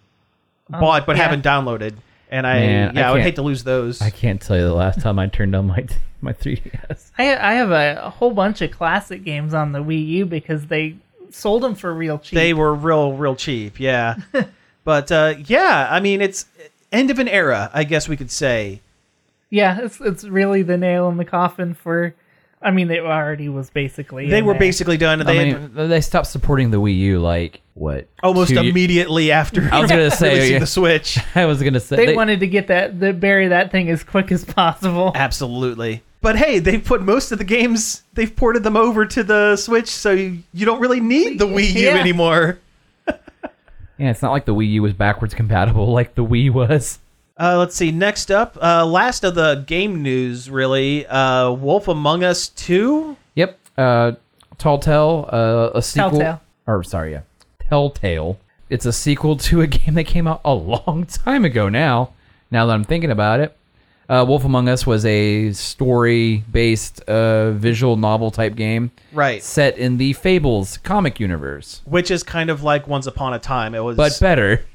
S1: bought but
S2: Oh, yeah.
S1: haven't downloaded. And I,
S3: Man, I
S1: yeah, I, would
S3: can't-
S1: hate to lose those.
S3: I can't tell you the last time I turned on my my 3ds.
S2: I, I have a, a whole bunch of classic games on the wii u because they sold them for real cheap
S1: They were real, real cheap. Yeah. but uh, yeah, I mean, it's end of an era, I guess we could say.
S2: yeah it's, it's really the nail in the coffin for i mean they already was basically
S1: They
S2: in
S1: were
S2: there.
S1: basically done. They
S3: I
S1: had-
S3: mean, they stopped supporting the Wii U like what?
S1: almost
S3: two ye-
S1: immediately after
S3: I was gonna say,
S1: releasing
S3: yeah.
S1: the Switch.
S3: I was gonna say
S2: they,
S3: they-
S2: wanted to get that the, bury that thing as quick as possible
S1: Absolutely. But hey, they've put most of the games, they've ported them over to the Switch, so you, you don't really need the Wii U
S2: Yeah.
S1: anymore.
S3: Yeah, it's not like the Wii U was backwards compatible like the Wii was.
S1: Uh, let's see. Next up, uh, last of the game news, really. Uh, Wolf Among Us 2?
S3: Yep. Uh, Tall Tale, uh, a sequel.
S2: Telltale.
S3: Or sorry, yeah, Telltale. It's a sequel to a game that came out a long time ago. Now, now that I'm thinking about it, uh, Wolf Among Us was a story-based uh, visual novel type game,
S1: Right.
S3: set in the Fables comic universe,
S1: Which is kind of like Once Upon a Time. It was.
S3: but better.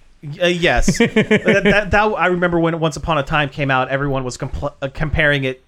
S1: Uh, yes, But that, that, that- I remember when Once Upon a Time came out, everyone was compl- uh, comparing it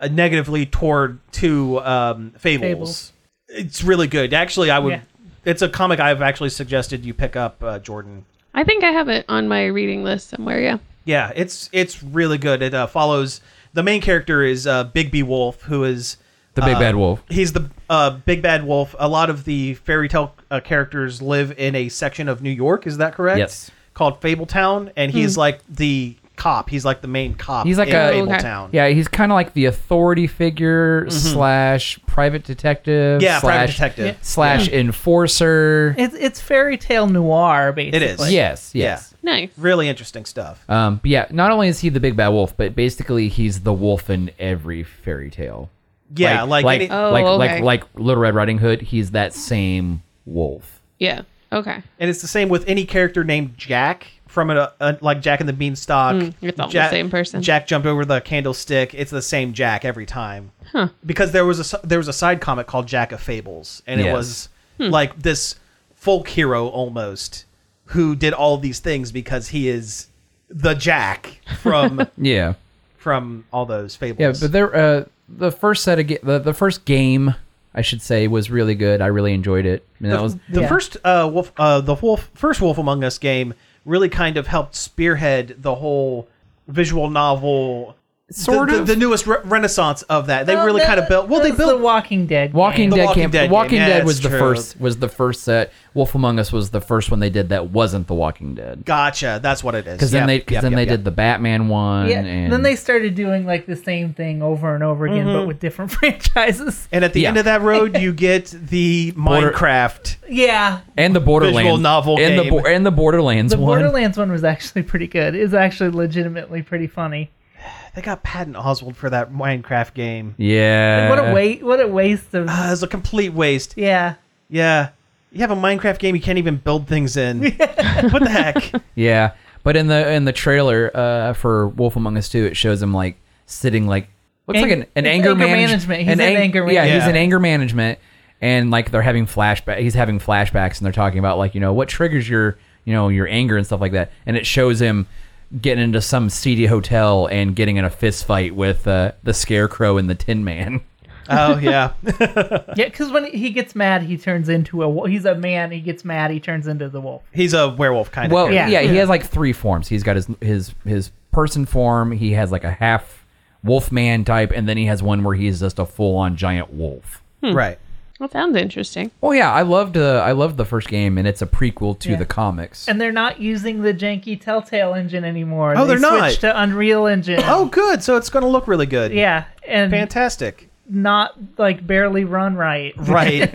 S1: uh, negatively toward to um, Fables.
S2: Fables.
S1: It's really good, actually. I would.
S2: Yeah.
S1: It's a comic I've actually suggested you pick up, uh, Jordan.
S4: I think I have it on my reading list somewhere. Yeah.
S1: Yeah, it's it's really good. It uh, follows the main character is uh, Bigby Wolf, who is
S3: The Big
S1: uh,
S3: Bad Wolf.
S1: He's the uh, big bad wolf. A lot of the fairy tale uh, characters live in a section of New York. Is that correct?
S3: Yes.
S1: Called Fabletown, and he's like the cop. He's like the main cop.
S3: He's like
S1: in
S3: a-
S1: Fabletown.
S3: Yeah, he's kind of like the authority figure slash private detective.
S1: Mm-hmm. yeah, private
S3: slash-
S1: detective.
S3: slash enforcer.
S2: It's it's fairy tale noir basically.
S1: is. Yeah.
S3: yes, yes.
S4: Nice.
S1: Really interesting stuff.
S3: Um, but yeah, not only is he the big bad wolf, but basically he's the wolf in every fairy tale.
S1: Yeah, like
S3: like
S1: any-
S4: Oh,
S3: like,
S4: okay.
S3: like like Little Red Riding Hood, he's that same wolf.
S4: Yeah. Okay.
S1: and it's the same with any character named Jack from an, uh, like Jack and the Beanstalk.
S4: it's all the
S1: Jack-
S4: same person.
S1: Jack jumped over the candlestick. It's the same Jack every time. Huh. Because there was a s- there was a side comic called Jack of Fables, and it
S3: Yes.
S1: was
S4: Hmm.
S1: like this folk hero almost who did all these things because he is the Jack from
S3: Yeah,
S1: from all those fables.
S3: yeah. But there, uh, the first set of ga- the the first game, I should say, was really good. I really enjoyed it. I mean, that was
S1: the
S2: Yeah.
S1: first uh, wolf, uh, the wolf, first Wolf Among Us game really kind of helped spearhead the whole visual novel,
S3: Sort
S1: the, the-
S3: of.
S1: the, newest re- renaissance of that. They
S2: Well,
S1: really
S2: that-
S1: kind of built. Well,
S2: that
S1: they
S2: was the
S1: built.
S2: Walking Dead.
S3: Walking
S2: game.
S1: The
S3: Dead
S1: Walking
S3: came.
S1: Dead
S3: Walking
S1: game. Yeah,
S3: Dead
S1: that's
S3: was the
S1: true.
S3: first was the first set. Wolf Among Us was the first one they did that wasn't the Walking Dead.
S1: gotcha. That's what it is.
S3: Because
S1: Yep,
S3: then they because
S1: yep,
S3: then
S1: yep,
S3: they
S1: yep.
S3: did the Batman one.
S2: Yeah.
S3: and
S2: Then they started doing like the same thing over and over again,
S1: Mm-hmm.
S2: but with different franchises.
S1: And at the
S3: Yeah.
S1: end of that road, you get the
S3: Border-
S1: Minecraft.
S2: Yeah.
S3: and the Borderlands
S1: Visual novel
S3: and
S1: game.
S3: the Bo- and the Borderlands
S2: The
S3: one.
S2: Borderlands one was actually pretty good. It's actually legitimately pretty funny.
S1: They got Patton Oswald for that Minecraft game.
S3: Yeah.
S2: what a waste! What a waste of
S1: Uh, it was a complete waste.
S2: yeah.
S1: Yeah. You have a Minecraft game you can't even build things in. what the heck?
S3: Yeah, but in the in the trailer uh, for Wolf Among Us Two, it shows him like sitting like looks
S2: Ang-
S3: like an, an
S2: it's
S3: anger,
S2: anger
S3: manage-
S2: management. He's in anger
S3: Yeah,
S1: management.
S3: he's in
S1: Yeah.
S3: anger management, and like they're having flashback. He's having flashbacks, and they're talking about like you know what triggers your you know your anger and stuff like that. And it shows him getting into some seedy hotel and getting in a fist fight with uh, the Scarecrow and the Tin Man.
S1: Oh, yeah.
S2: Yeah, because when he gets mad, he turns into a wolf. He's a man. He gets mad. He turns into the wolf.
S1: He's a werewolf kind of
S3: Well,
S1: character.
S3: yeah,
S2: Yeah.
S3: he has like three forms. He's got his his his person form. He has like a half wolfman type, and then he has one where he's just a full on giant wolf.
S1: Right.
S4: That sounds interesting.
S3: Oh yeah, I loved uh, I loved the first game, and it's a prequel to the comics.
S2: And they're not using the janky Telltale engine anymore.
S1: Oh,
S2: they
S1: they're not.
S2: switched to Unreal Engine.
S1: Oh, good. So it's going to look really good.
S2: yeah, and
S1: Fantastic.
S2: not like barely run right.
S1: Right.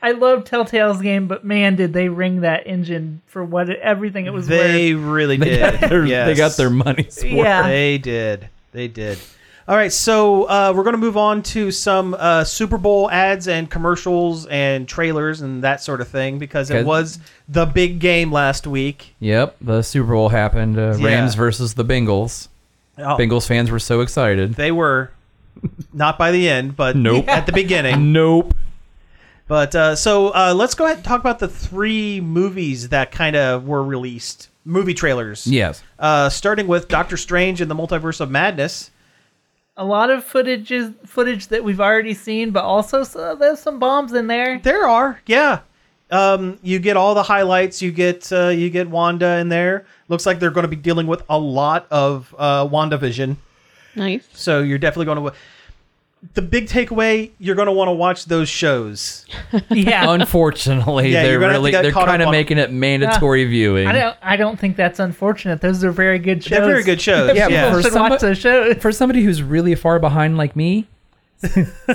S2: I love Telltale's game, but man, did they ring that engine for what everything it was
S1: they
S2: worth.
S1: really did. Yes.
S3: They got their money's worth.
S2: Yeah.
S1: They did. They did. All right, so uh, we're going to move on to some uh, Super Bowl ads and commercials and trailers and that sort of thing because
S3: Okay.
S1: it was the big game last week.
S3: Yep, the Super Bowl happened. Uh,
S1: Yeah.
S3: Rams versus the Bengals.
S1: Oh,
S3: Bengals fans were so excited.
S1: They were not by the end, but
S3: Nope.
S1: at the beginning.
S3: Nope.
S1: But uh, so uh, let's go ahead and talk about the three movies that kind of were released, movie trailers.
S3: Yes.
S1: Uh, starting with Doctor Strange and the Multiverse of Madness.
S2: A lot of footage is footage that we've already seen, but also so there's some bombs in there.
S1: There are, yeah. Um, you get all the highlights. You get uh, you get Wanda in there. Looks like they're going to be dealing with a lot of uh, WandaVision.
S4: Nice.
S1: So you're definitely going to. The big takeaway: you're going to want to watch those shows.
S2: Yeah,
S3: Unfortunately,
S1: Yeah,
S3: they're
S1: you're gonna have to
S3: really
S1: get
S3: they're
S1: caught up
S3: kind of
S1: on-
S3: making it mandatory viewing.
S2: I don't. I don't think that's unfortunate. Those are very good shows.
S1: They're very good shows.
S3: Yeah,
S1: yeah,
S3: but
S2: People
S3: For
S2: should
S3: somebo-
S2: watch those shows.
S3: For somebody who's really far behind like me,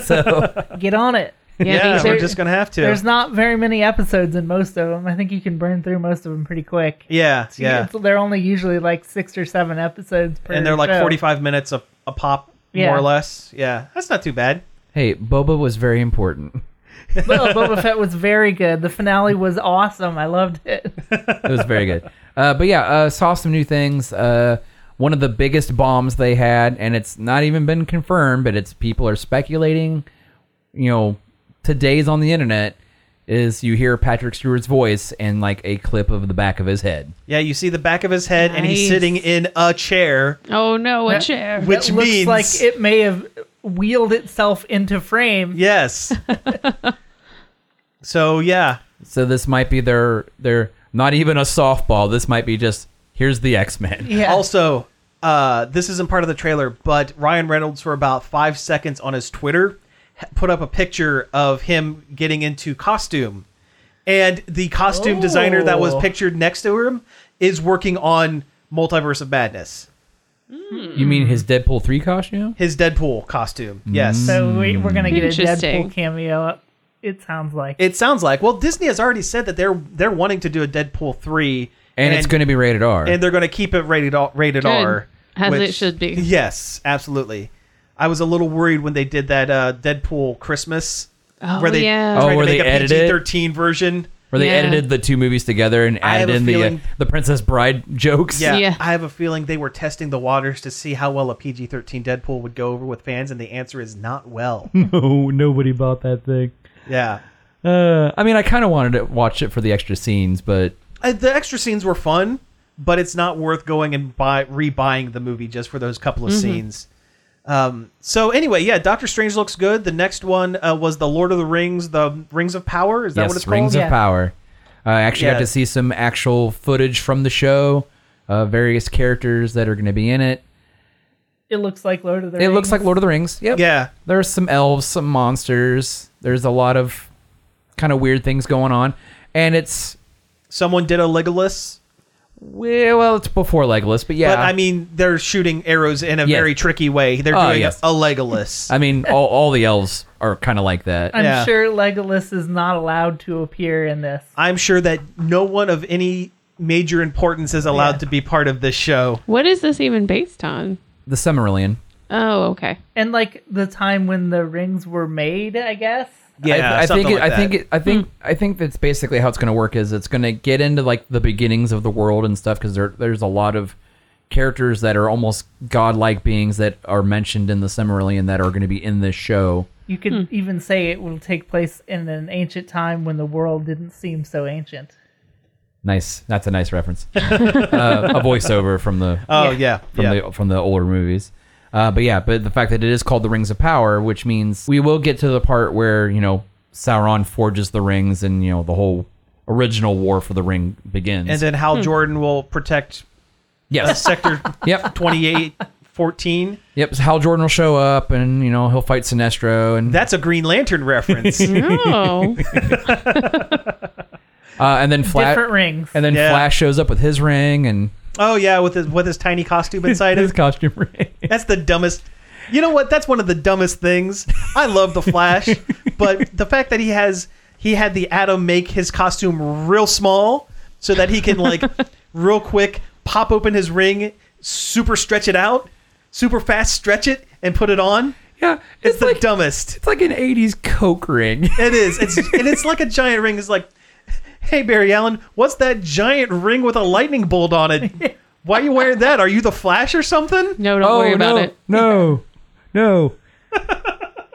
S3: so
S2: Get on it.
S1: Yeah,
S4: they-
S1: we're just gonna have to.
S2: There's not very many episodes in most of them. I think you can burn through most of them pretty quick.
S1: yeah, yeah.
S2: It's- they're only usually like six or seven episodes per.
S1: And they're like
S2: show.
S1: 45 minutes a, a pop,
S2: Yeah.
S1: more or less. Yeah, that's not too bad.
S3: Hey, Boba was very important.
S2: Well, Boba Fett was very good. The finale was awesome. I loved it.
S3: It was very good. Uh, but yeah, uh, saw some new things. Uh, one of the biggest bombs they had, and it's not even been confirmed, but it's people are speculating. You know, today's on the internet is you hear Patrick Stewart's voice and like a clip of the back of his head.
S1: Yeah, you see the back of his head, and he's
S4: Nice.
S1: sitting in a chair,
S4: oh no, a chair.
S1: which
S2: it looks
S1: means
S2: like it may have wheeled itself into frame.
S1: yes. so yeah,
S3: So this might be their their not even a softball. This might be just here's the X Men.
S2: Yeah.
S1: Also, uh, this isn't part of the trailer, but Ryan Reynolds, for about five seconds on his Twitter, h- put up a picture of him getting into costume. And the costume designer that was
S2: Oh.
S1: pictured next to him is working on Multiverse of Madness,
S3: You mean his Deadpool three costume?
S1: his Deadpool costume. Yes.
S2: Mm-hmm. so we, we're gonna get a
S4: Interesting.
S2: Deadpool cameo. It sounds like.
S1: it sounds like well Disney has already said that they're they're wanting to do a Deadpool 3
S3: And, it's going to be rated R.
S1: and they're going to keep it rated R, rated
S4: Good.
S1: R,
S4: As it should be.
S1: Yes, absolutely. I was a little worried when they did that uh, Deadpool Christmas,
S4: Oh,
S1: where they
S4: yeah.
S1: tried
S3: Oh, where
S1: to
S3: they
S1: make a
S3: edited it?
S1: PG thirteen version.
S3: Where they
S4: Yeah.
S3: edited the two movies together and
S1: I have
S3: added
S1: a
S3: in the uh,
S1: feeling-
S3: the Princess Bride jokes.
S1: Yeah,
S4: Yeah.
S1: I have a feeling they were testing the waters to see how well a PG thirteen Deadpool would go over with fans, and the answer is not well.
S3: No, nobody bought that thing.
S1: yeah,
S3: Uh, I mean, I kind of wanted to watch it for the extra scenes, but
S1: Uh, the extra scenes were fun, but it's not worth going and buy rebuying the movie just for those couple of scenes. Um, so anyway, yeah, Doctor Strange looks good. The next one uh, was the Lord of the Rings, the Rings of Power. Is that
S3: yes,
S1: what it's called?
S3: Rings of
S2: Yeah.
S3: Power. Uh, I actually
S1: Yeah.
S3: got to see some actual footage from the show, uh, various characters that are going to be in it.
S2: It looks like Lord of the
S3: It
S2: Rings.
S3: looks like Lord of the Rings. Yep.
S1: Yeah,
S3: There's some elves, some monsters. There's a lot of kind of weird things going on, and it's
S1: someone did a Legolas,
S3: well, it's before Legolas, but yeah.
S1: but I mean they're shooting arrows in a
S3: Yes.
S1: very tricky way. They're
S3: Oh,
S1: doing
S3: yes.
S1: a Legolas.
S3: I mean, all, all the elves are kind of like that.
S2: I'm
S1: Yeah.
S2: sure Legolas is not allowed to appear in this.
S1: I'm sure that no one of any major importance is allowed
S2: Yeah.
S1: to be part of this show.
S4: What is this even based on?
S3: The Silmarillion.
S4: Oh, okay.
S2: And like the time when the rings were made, I guess.
S1: Yeah,
S3: I, I think
S1: something
S3: it,
S1: like
S3: I think
S1: that.
S3: it, I think I think that's basically how it's going to work. Is it's going to get into like the beginnings of the world and stuff because there there's a lot of characters that are almost godlike beings that are mentioned in the Silmarillion that are going to be in this show.
S2: You could even say it will take place in an ancient time when the world didn't seem so ancient.
S3: Nice, that's a nice reference. uh, a voiceover from the
S1: Oh yeah,
S3: from
S1: yeah.
S3: the from the older movies. Uh, but yeah, but the fact that it is called the Rings of Power, which means we will get to the part where you know Sauron forges the rings and you know the whole original war for the ring begins.
S1: and then Hal Jordan will protect
S3: yes,
S1: Sector
S3: Yep.
S1: 28 14.
S3: Yep. So Hal Jordan will show up and, you know, he'll fight Sinestro. And,
S1: That's a Green Lantern reference.
S4: Oh,
S3: uh, and then Flash.
S2: Different rings.
S3: And then
S1: Yeah.
S3: Flash shows up with his ring and
S1: oh yeah, with his with his tiny costume inside
S3: his
S1: him.
S3: costume ring.
S1: That's the dumbest. You know what? That's one of the dumbest things. I love the Flash, but the fact that he has he had the Atom make his costume real small so that he can like real quick pop open his ring, super stretch it out, super fast stretch it and put it on.
S3: yeah.
S1: It's,
S3: It's,
S1: the
S3: like,
S1: dumbest.
S3: it's like an 80s Coke ring.
S1: It is. It's and it's like a giant ring. It's like, hey Barry Allen, what's that giant ring with a lightning bolt on it? Why you wearing that? Are you the Flash or something?
S4: no, don't worry about
S3: Oh, no,
S4: it.
S3: No. No.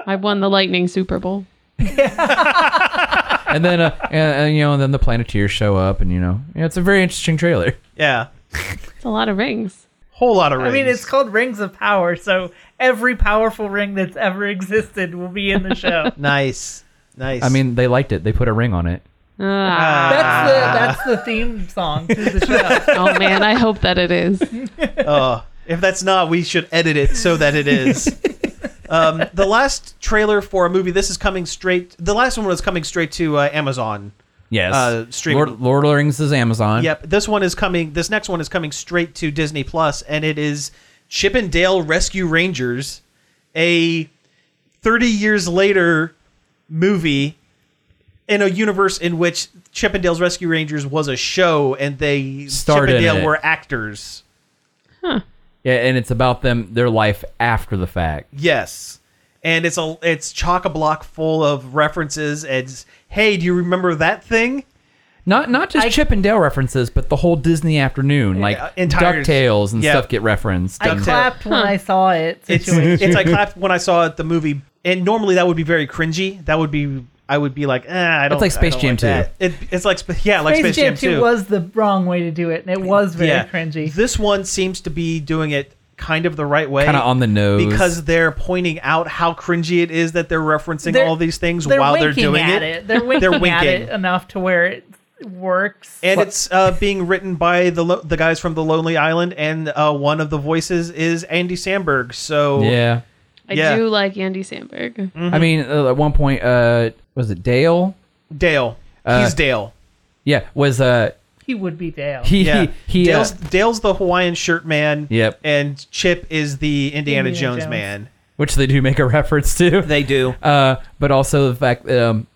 S4: I won the Lightning Super Bowl.
S3: And then, uh, and, and, you know, and then the Planeteers show up and, you know, yeah, it's a very interesting trailer.
S1: Yeah,
S4: It's a lot of rings.
S1: whole lot of
S2: I
S1: rings.
S2: mean, it's called Rings of Power, so every powerful ring that's ever existed will be in the show.
S1: nice, nice.
S3: I mean, they liked it. They put a ring on it.
S4: Ah.
S2: that's the that's the theme song to the show.
S4: oh man, I hope that it is.
S1: Uh, if that's not, we should edit it so that it is. um, the last trailer for a movie. This is coming straight. The last one was coming straight to uh, Amazon.
S3: Yes.
S1: Uh, stream-
S3: Lord, Lord of the Rings is Amazon.
S1: Yep. This one is coming. This next one is coming straight to Disney Plus, and it is Chip and Dale Rescue Rangers, a 30 years later movie in a universe in which Chip and Dale's Rescue Rangers was a show and they
S3: Started
S1: Chip and
S3: it.
S1: Dale were actors.
S3: Yeah, and it's about them their life after the fact.
S1: Yes. And it's a it's chock a block full of references and s- hey, do you remember that thing?
S3: Not not just
S2: I-
S3: Chip and Dale references, but the whole Disney afternoon, like
S1: uh, entire-
S3: Ducktales and
S1: yeah.
S3: stuff, get referenced.
S2: I
S1: Duck-
S3: And-
S2: clapped when I saw it.
S1: It's
S2: situation.
S1: it's I clapped when I saw it, the movie, and normally that would be very cringy. That would be I would be like, eh, I don't.
S3: like Space
S1: I don't
S3: Jam 2.
S1: that. It, it's like sp- yeah, like
S2: Space Jam 2
S1: 2
S2: was the wrong way to do it, and it was very cringy.
S1: This one seems to be doing it kind of the right way,
S3: Kinda on the nose.
S1: because they're pointing out how cringy it is that they're referencing
S2: They're-
S1: all these things
S2: they're
S1: while they're
S2: winking
S1: doing
S2: at it. They're winking, at it
S1: winking.
S2: enough to where it works.
S1: And it's uh, being written by the lo- the guys from the Lonely Island, and uh, one of the voices is Andy Samberg. So
S3: yeah,
S4: I
S1: Yeah.
S4: do like Andy Sandberg.
S1: Mm-hmm.
S3: I mean, uh, at one point, uh, was it Dale?
S1: Dale,
S3: Uh,
S1: he's Dale.
S3: Yeah, was uh,
S2: he would be Dale.
S3: he
S1: Yeah,
S3: he. uh,
S1: Dale's, Dale's the Hawaiian shirt man.
S3: Yep.
S1: and Chip is the Indiana,
S2: Indiana
S1: Jones,
S2: Jones.
S1: man.
S3: which they do make a reference to.
S1: They do.
S3: uh, but also the fact that, um,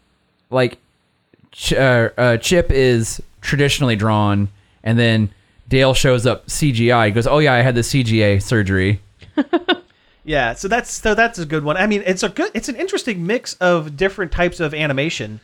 S3: like, Ch- uh, uh, Chip is traditionally drawn, and then Dale shows up CGI. He goes, "Oh yeah, I had the CGA surgery."
S1: Yeah, so that's so that's a good one. I mean, it's a good, it's an interesting mix of different types of animation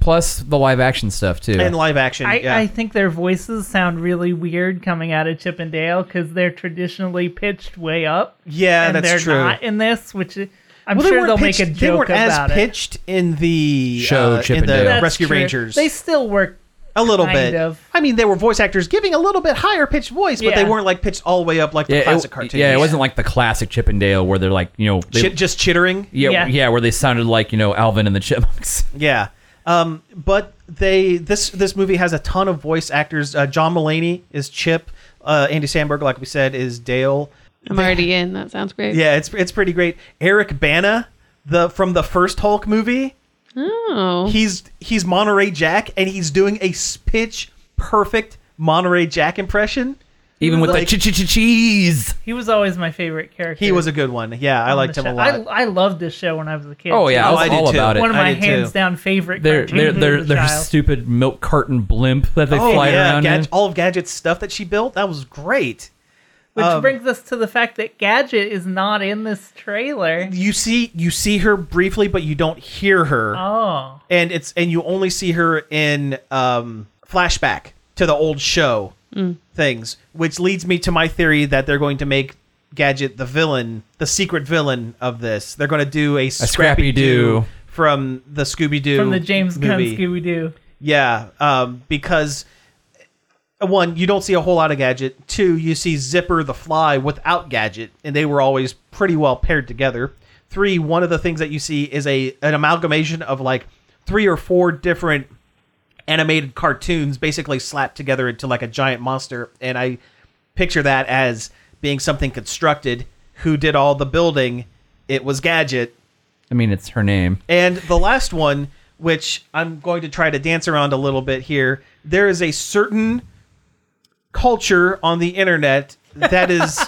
S3: Plus the live action stuff too.
S1: and live action.
S2: I,
S1: yeah.
S2: I think their voices sound really weird coming out of Chip and Dale because they're traditionally pitched way up.
S1: yeah,
S2: and they're
S1: that's true.
S2: not in this, which is- I'm
S1: well, they
S2: sure
S1: weren't
S2: they'll
S1: pitched,
S2: make a joke
S1: they weren't as
S2: about it.
S1: pitched in the
S3: Show
S1: uh,
S3: Chip
S1: in
S3: and
S1: the
S3: Dale.
S2: That's
S1: Rescue
S2: true.
S1: Rangers.
S2: They still work.
S1: a little
S2: kind
S1: bit.
S2: of.
S1: I mean, they were voice actors giving a little bit higher pitched voice, but they
S2: Yeah.
S1: weren't like pitched all the way up like the
S3: yeah,
S1: classic
S3: it,
S1: cartoons.
S3: yeah, it wasn't like the classic Chip and Dale where they're like, you know, they,
S1: Chit- just chittering.
S3: yeah,
S2: Yeah.
S3: yeah, where they sounded like you know Alvin and the Chipmunks.
S1: Yeah. Um, but they this this movie has a ton of voice actors. Uh, John Mulaney is Chip. Uh, Andy Sandberg, like we said, is Dale.
S3: Mm.
S4: I'm already in. That sounds great.
S1: Yeah, it's it's pretty great. Eric Bana, the from the first Hulk movie,
S4: Oh.
S1: he's he's Monterey Jack, and he's doing a pitch perfect Monterey Jack impression.
S3: Even with
S1: Like-
S3: the ch ch cheese.
S2: He was always my favorite character.
S1: He was a good one. Yeah, I
S2: on
S1: liked
S2: the
S1: him a
S2: show.
S1: lot.
S2: I, I loved this show when I was a kid.
S3: Oh
S2: too.
S3: yeah, I
S1: Oh,
S3: was
S1: I did
S3: all
S1: too.
S3: about it.
S2: one of
S1: I
S2: my
S1: did too.
S2: hands down favorite.
S3: Their their
S2: cartoons
S3: their
S2: as a
S3: their
S2: child.
S3: stupid milk carton blimp that they
S1: oh
S3: fly
S1: yeah,
S3: around
S1: Gadget,
S3: in.
S1: all of Gadget's stuff that she built that was great.
S2: Which
S1: Um,
S2: brings us to the fact that Gadget is not in this trailer.
S1: You see you see her briefly, but you don't hear her.
S2: Oh,
S1: and it's and you only see her in um, flashback to the old show
S2: Mm.
S1: things, which leads me to my theory that they're going to make Gadget the villain, the secret villain of this. They're going to do a, Scrappy Doo
S3: Scrappy-Doo.
S1: from the Scooby Doo
S2: from the James Gunn Scooby Doo.
S1: Yeah, um, because uh, one, you don't see a whole lot of Gadget. Two, you see Zipper the Fly without Gadget, and they were always pretty well paired together. Three, one of the things that you see is a an amalgamation of like three or four different animated cartoons basically slapped together into like a giant monster and i picture that as being something constructed who did all the building it was gadget
S3: I mean, it's her name.
S1: and the last one, which I'm going to try to dance around a little bit here, there is a certain culture on the internet that is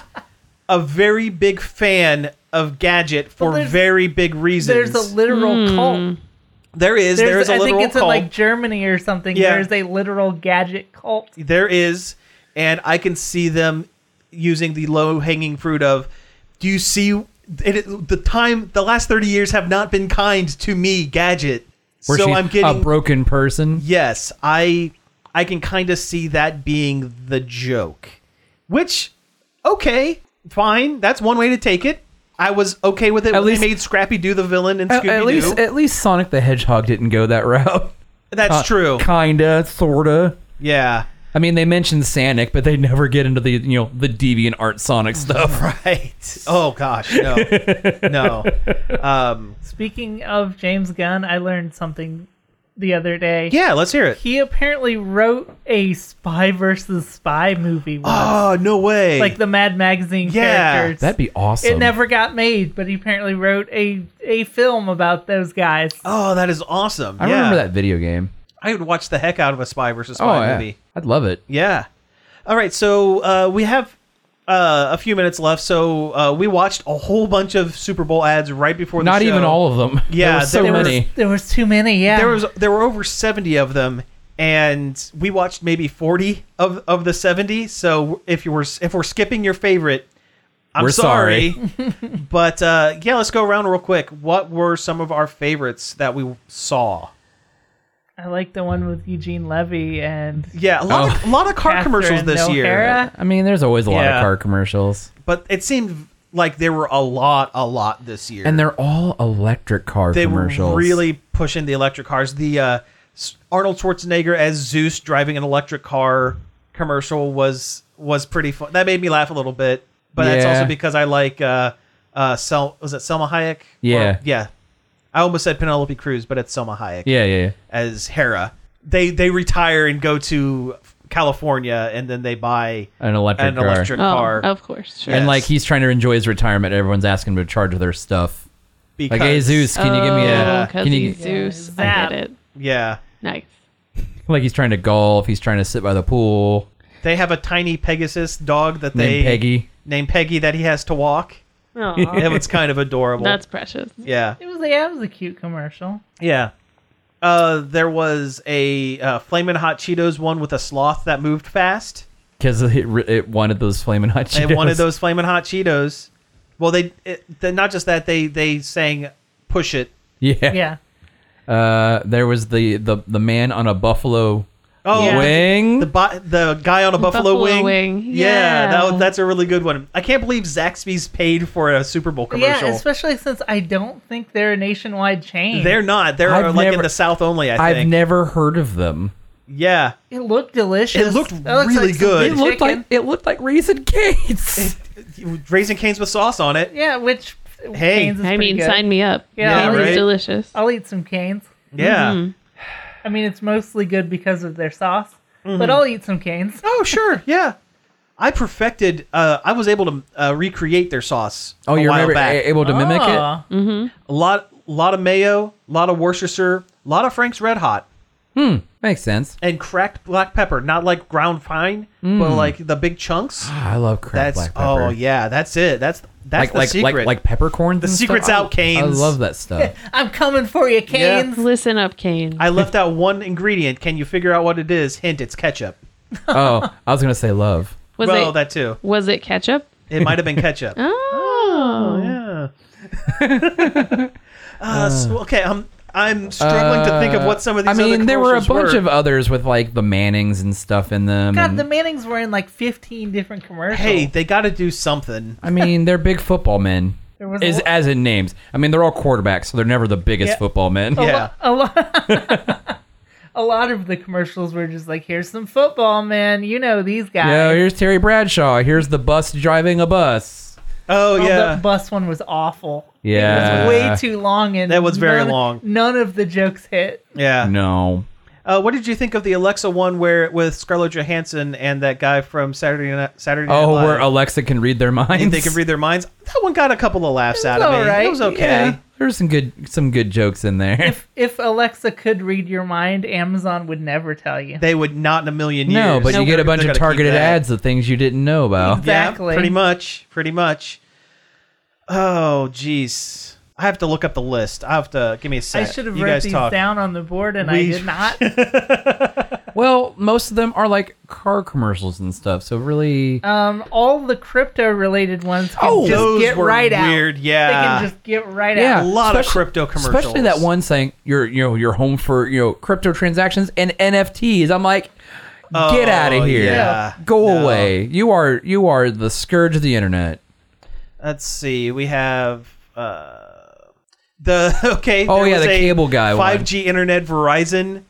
S1: a very big fan of gadget for
S2: there's-
S1: very big reasons.
S2: There's a literal
S3: Hmm.
S2: cult.
S1: there is there is a
S2: I
S1: literal
S2: think it's
S1: cult.
S2: in like Germany or something.
S1: Yeah.
S2: There's a literal gadget cult.
S1: there is, and I can see them using the low hanging fruit of, do you see it, it- the time? The last thirty years have not been kind to me, gadget.
S3: Where
S1: so
S3: she's
S1: I'm getting
S3: a broken person.
S1: yes i i can kind of see that being the joke which okay fine that's one way to take it i was okay with it
S3: At
S1: when
S3: least-
S1: they made scrappy do the villain and
S3: At,
S1: scooby
S3: at least at least Sonic the Hedgehog didn't go that route.
S1: that's
S3: Uh,
S1: true
S3: Kinda, sorta.
S1: yeah
S3: I mean, they mentioned Sonic, but they never get into the you know the deviant art Sonic stuff.
S1: right oh gosh no no um
S2: Speaking of James Gunn, I learned something the other day.
S1: yeah let's hear it
S2: He apparently wrote a spy versus spy movie. once.
S1: oh no way
S2: like the Mad Magazine
S1: Yeah.
S2: characters.
S3: That'd be awesome.
S2: It never got made, but he apparently wrote a a film about those guys.
S1: oh that is awesome
S3: I
S1: yeah.
S3: remember that video game. Oh,
S1: i would watch the heck out of a spy versus spy
S3: yeah.
S1: movie
S3: I'd love it.
S1: Yeah. All right. So uh, we have uh, a few minutes left, so uh, we watched a whole bunch of Super Bowl ads right before the
S3: Not
S1: show.
S3: even all of them.
S1: Yeah,
S3: there were so
S1: there was-
S3: many.
S2: There was too many. Yeah.
S1: There was there were over seventy of them, and we watched maybe forty of, of the seventy. So if you were if we're skipping your favorite, I'm
S3: We're sorry.
S1: but uh, yeah, let's go around real quick. What were some of our favorites that we saw?
S2: I like the one with Eugene Levy and
S1: Yeah, a lot
S3: Oh.
S1: of, a lot of car commercials this
S2: Catherine
S1: year,
S2: O'Hara.
S3: I mean, there's always a lot
S1: Yeah.
S3: of car commercials,
S1: but it seemed like there were a lot, a lot this year,
S3: and they're all electric car
S1: they
S3: commercials.
S1: were really pushing the electric cars. The uh, S- Arnold Schwarzenegger as Zeus driving an electric car commercial was was pretty fun. That made me laugh a little bit, but that's
S3: Yeah.
S1: also because I like uh, uh, Sel- was it Selma Hayek?
S3: Yeah.
S1: Or- yeah. I almost said Penelope Cruz, but it's Selma Hayek
S3: Yeah, yeah, yeah.
S1: as Hera. They they retire and go to California, and then they buy
S3: An electric
S1: an
S3: car.
S1: electric
S4: Oh,
S1: car
S4: of course. Sure.
S1: Yeah.
S3: And like
S1: Yes.
S3: he's trying to enjoy his retirement. Everyone's asking him to charge their stuff.
S1: because
S3: Like, hey Zeus, can you give me
S4: Oh,
S3: a?
S4: 'cause
S3: Can you?
S4: he's Zeus.
S2: Zap.
S4: I get it.
S1: yeah.
S4: Nice.
S3: Like he's trying to golf. He's trying to sit by the pool.
S1: They have a tiny Pegasus dog that
S3: Named
S1: they
S3: Peggy.
S1: named Peggy that he has to walk.
S4: Aw,
S1: It was kind of adorable.
S4: that's precious.
S1: yeah,
S2: It was yeah, it was a cute commercial.
S1: yeah. Uh, there was a uh, flaming hot Cheetos one with a sloth that moved fast.
S3: Because it, re- it wanted those flaming hot
S1: They
S3: Cheetos.
S1: wanted those flaming hot Cheetos. Well, they it, they- not just that they they sang "Push It."
S3: Yeah.
S2: Yeah.
S3: Uh, there was the, the the man on a buffalo
S1: Oh,
S2: Yeah.
S3: wing.
S1: the bo- the guy on a buffalo,
S4: buffalo
S1: wing.
S4: wing.
S1: Yeah, that
S4: Yeah.
S1: was- that's a really good one. I can't believe Zaxby's paid for a Super Bowl commercial.
S2: Yeah, especially since I don't think they're a nationwide chain.
S1: They're not. They're uh,
S3: I've
S1: like in
S3: never-
S1: the South only. I
S3: I've
S1: think.
S3: never heard of them.
S1: yeah.
S2: It looked delicious.
S1: It looked
S2: That looks
S1: really
S2: some
S1: good.
S2: good
S1: It
S3: It looked
S2: chicken.
S3: like it looked like raisin cakes.
S1: Raisin canes with sauce on it.
S2: yeah, which
S1: Hey.
S2: canes is
S4: I
S2: pretty
S4: mean,
S2: good.
S4: sign me up.
S2: Yeah, Oh.
S4: Yeah,
S1: right?
S4: delicious.
S2: I'll eat some canes.
S1: Yeah.
S4: Mm-hmm.
S2: I mean, it's mostly good because of their sauce,
S1: Mm-hmm.
S2: but I'll eat some canes.
S1: Oh, sure. Yeah. I perfected, uh, I was able to uh, recreate their sauce
S3: oh,
S1: a
S3: you
S1: while
S3: remember
S1: back.
S3: a- able to mimic it?
S2: Oh,
S1: A lot, lot of mayo, a lot of Worcestershire, a lot of Frank's Red Hot,
S3: Makes sense.
S1: and cracked black pepper. Not like ground fine, but like the big chunks.
S3: Ah, I love Mm. cracked
S1: That's,
S3: black pepper.
S1: oh, yeah. That's it. That's, that's
S3: Like
S1: the
S3: like,
S1: secret.
S3: like like peppercorns.
S1: The
S3: and
S1: secret's
S3: stuff.
S1: out,
S3: I- I
S1: Canes.
S3: love that stuff.
S2: I'm coming for you, canes.
S4: Listen up, Kane.
S1: I left out one ingredient. Can you figure out what it is? Hint, it's ketchup.
S3: oh, I was gonna say love.
S4: was
S1: well,
S4: it
S1: that too.
S4: was it ketchup?
S1: It might have been ketchup.
S4: Oh,
S1: Yeah. uh, so- okay, I'm I'm struggling to think of what some of
S3: Uh, I
S1: these.
S3: mean,
S1: other
S3: there were a
S1: commercials
S3: bunch of others with like the Mannings and stuff in them.
S2: God,
S3: and-
S2: the Mannings were in like 15 different commercials.
S1: Mm-hmm. Hey,
S3: Oh.
S1: they got to do something.
S3: I mean, they're big football men.
S2: There was a
S3: Is
S2: lo-
S3: as in names. I mean, they're all quarterbacks, so they're never the biggest
S2: Yeah.
S3: football men.
S2: Oh,
S4: Oh,
S1: Yeah,
S2: a lot a lot of the commercials were just like here's some football man you know these guys
S3: Yo, here's Terry Bradshaw. Here's the bus driving a bus.
S1: Oh
S2: Oh,
S1: yeah.
S2: the bus one was awful
S3: Yeah.
S2: it was way too long and
S1: That was very
S2: none-
S1: long.
S2: none of the jokes hit
S1: Yeah.
S3: No.
S1: Uh, what did you think of the Alexa one where with Scarlett Johansson and that guy from Saturday Night Saturday Night
S3: Oh,
S1: Live?
S3: where Alexa can read their minds.
S1: and they can read their minds. That one got a couple of laughs out of
S2: all
S1: me. It
S2: right,
S1: was okay.
S3: Yeah, there's some good some good jokes in there.
S2: if if alexa could read your mind amazon would never tell you
S1: They would not in a million years.
S3: no, but you get a
S1: They're
S3: bunch
S1: gonna
S3: of
S1: keep
S3: targeted
S1: that.
S3: ads of things you didn't know about.
S2: Exactly.
S1: Yeah, pretty much. Pretty much. Oh, jeez. I have to look up the list. I have to give me a
S2: i
S1: sec.
S2: should have
S1: You
S2: wrote
S1: guys
S2: these
S1: talk.
S2: down on the board and i
S1: We-
S2: did not
S3: Well, most of them are like car commercials and stuff. So really,
S2: um all the crypto related ones can
S3: Oh,
S2: just
S1: those
S2: get
S1: were
S2: right
S1: weird,
S2: out
S1: yeah.
S2: they can just get right
S3: yeah,
S1: A
S2: out
S1: lot of
S3: especially-
S1: crypto commercials.
S3: Especially that one saying you're you know you're home for you know crypto transactions and NFTs. I'm like, get
S1: Oh,
S3: out of here,
S1: yeah.
S3: go
S1: No.
S3: away. You are you are the scourge of the internet.
S1: Let's see. We have uh, the okay.
S3: Oh,
S1: there
S3: yeah,
S1: was
S3: the
S1: a
S3: cable guy one.
S1: 5G internet Verizon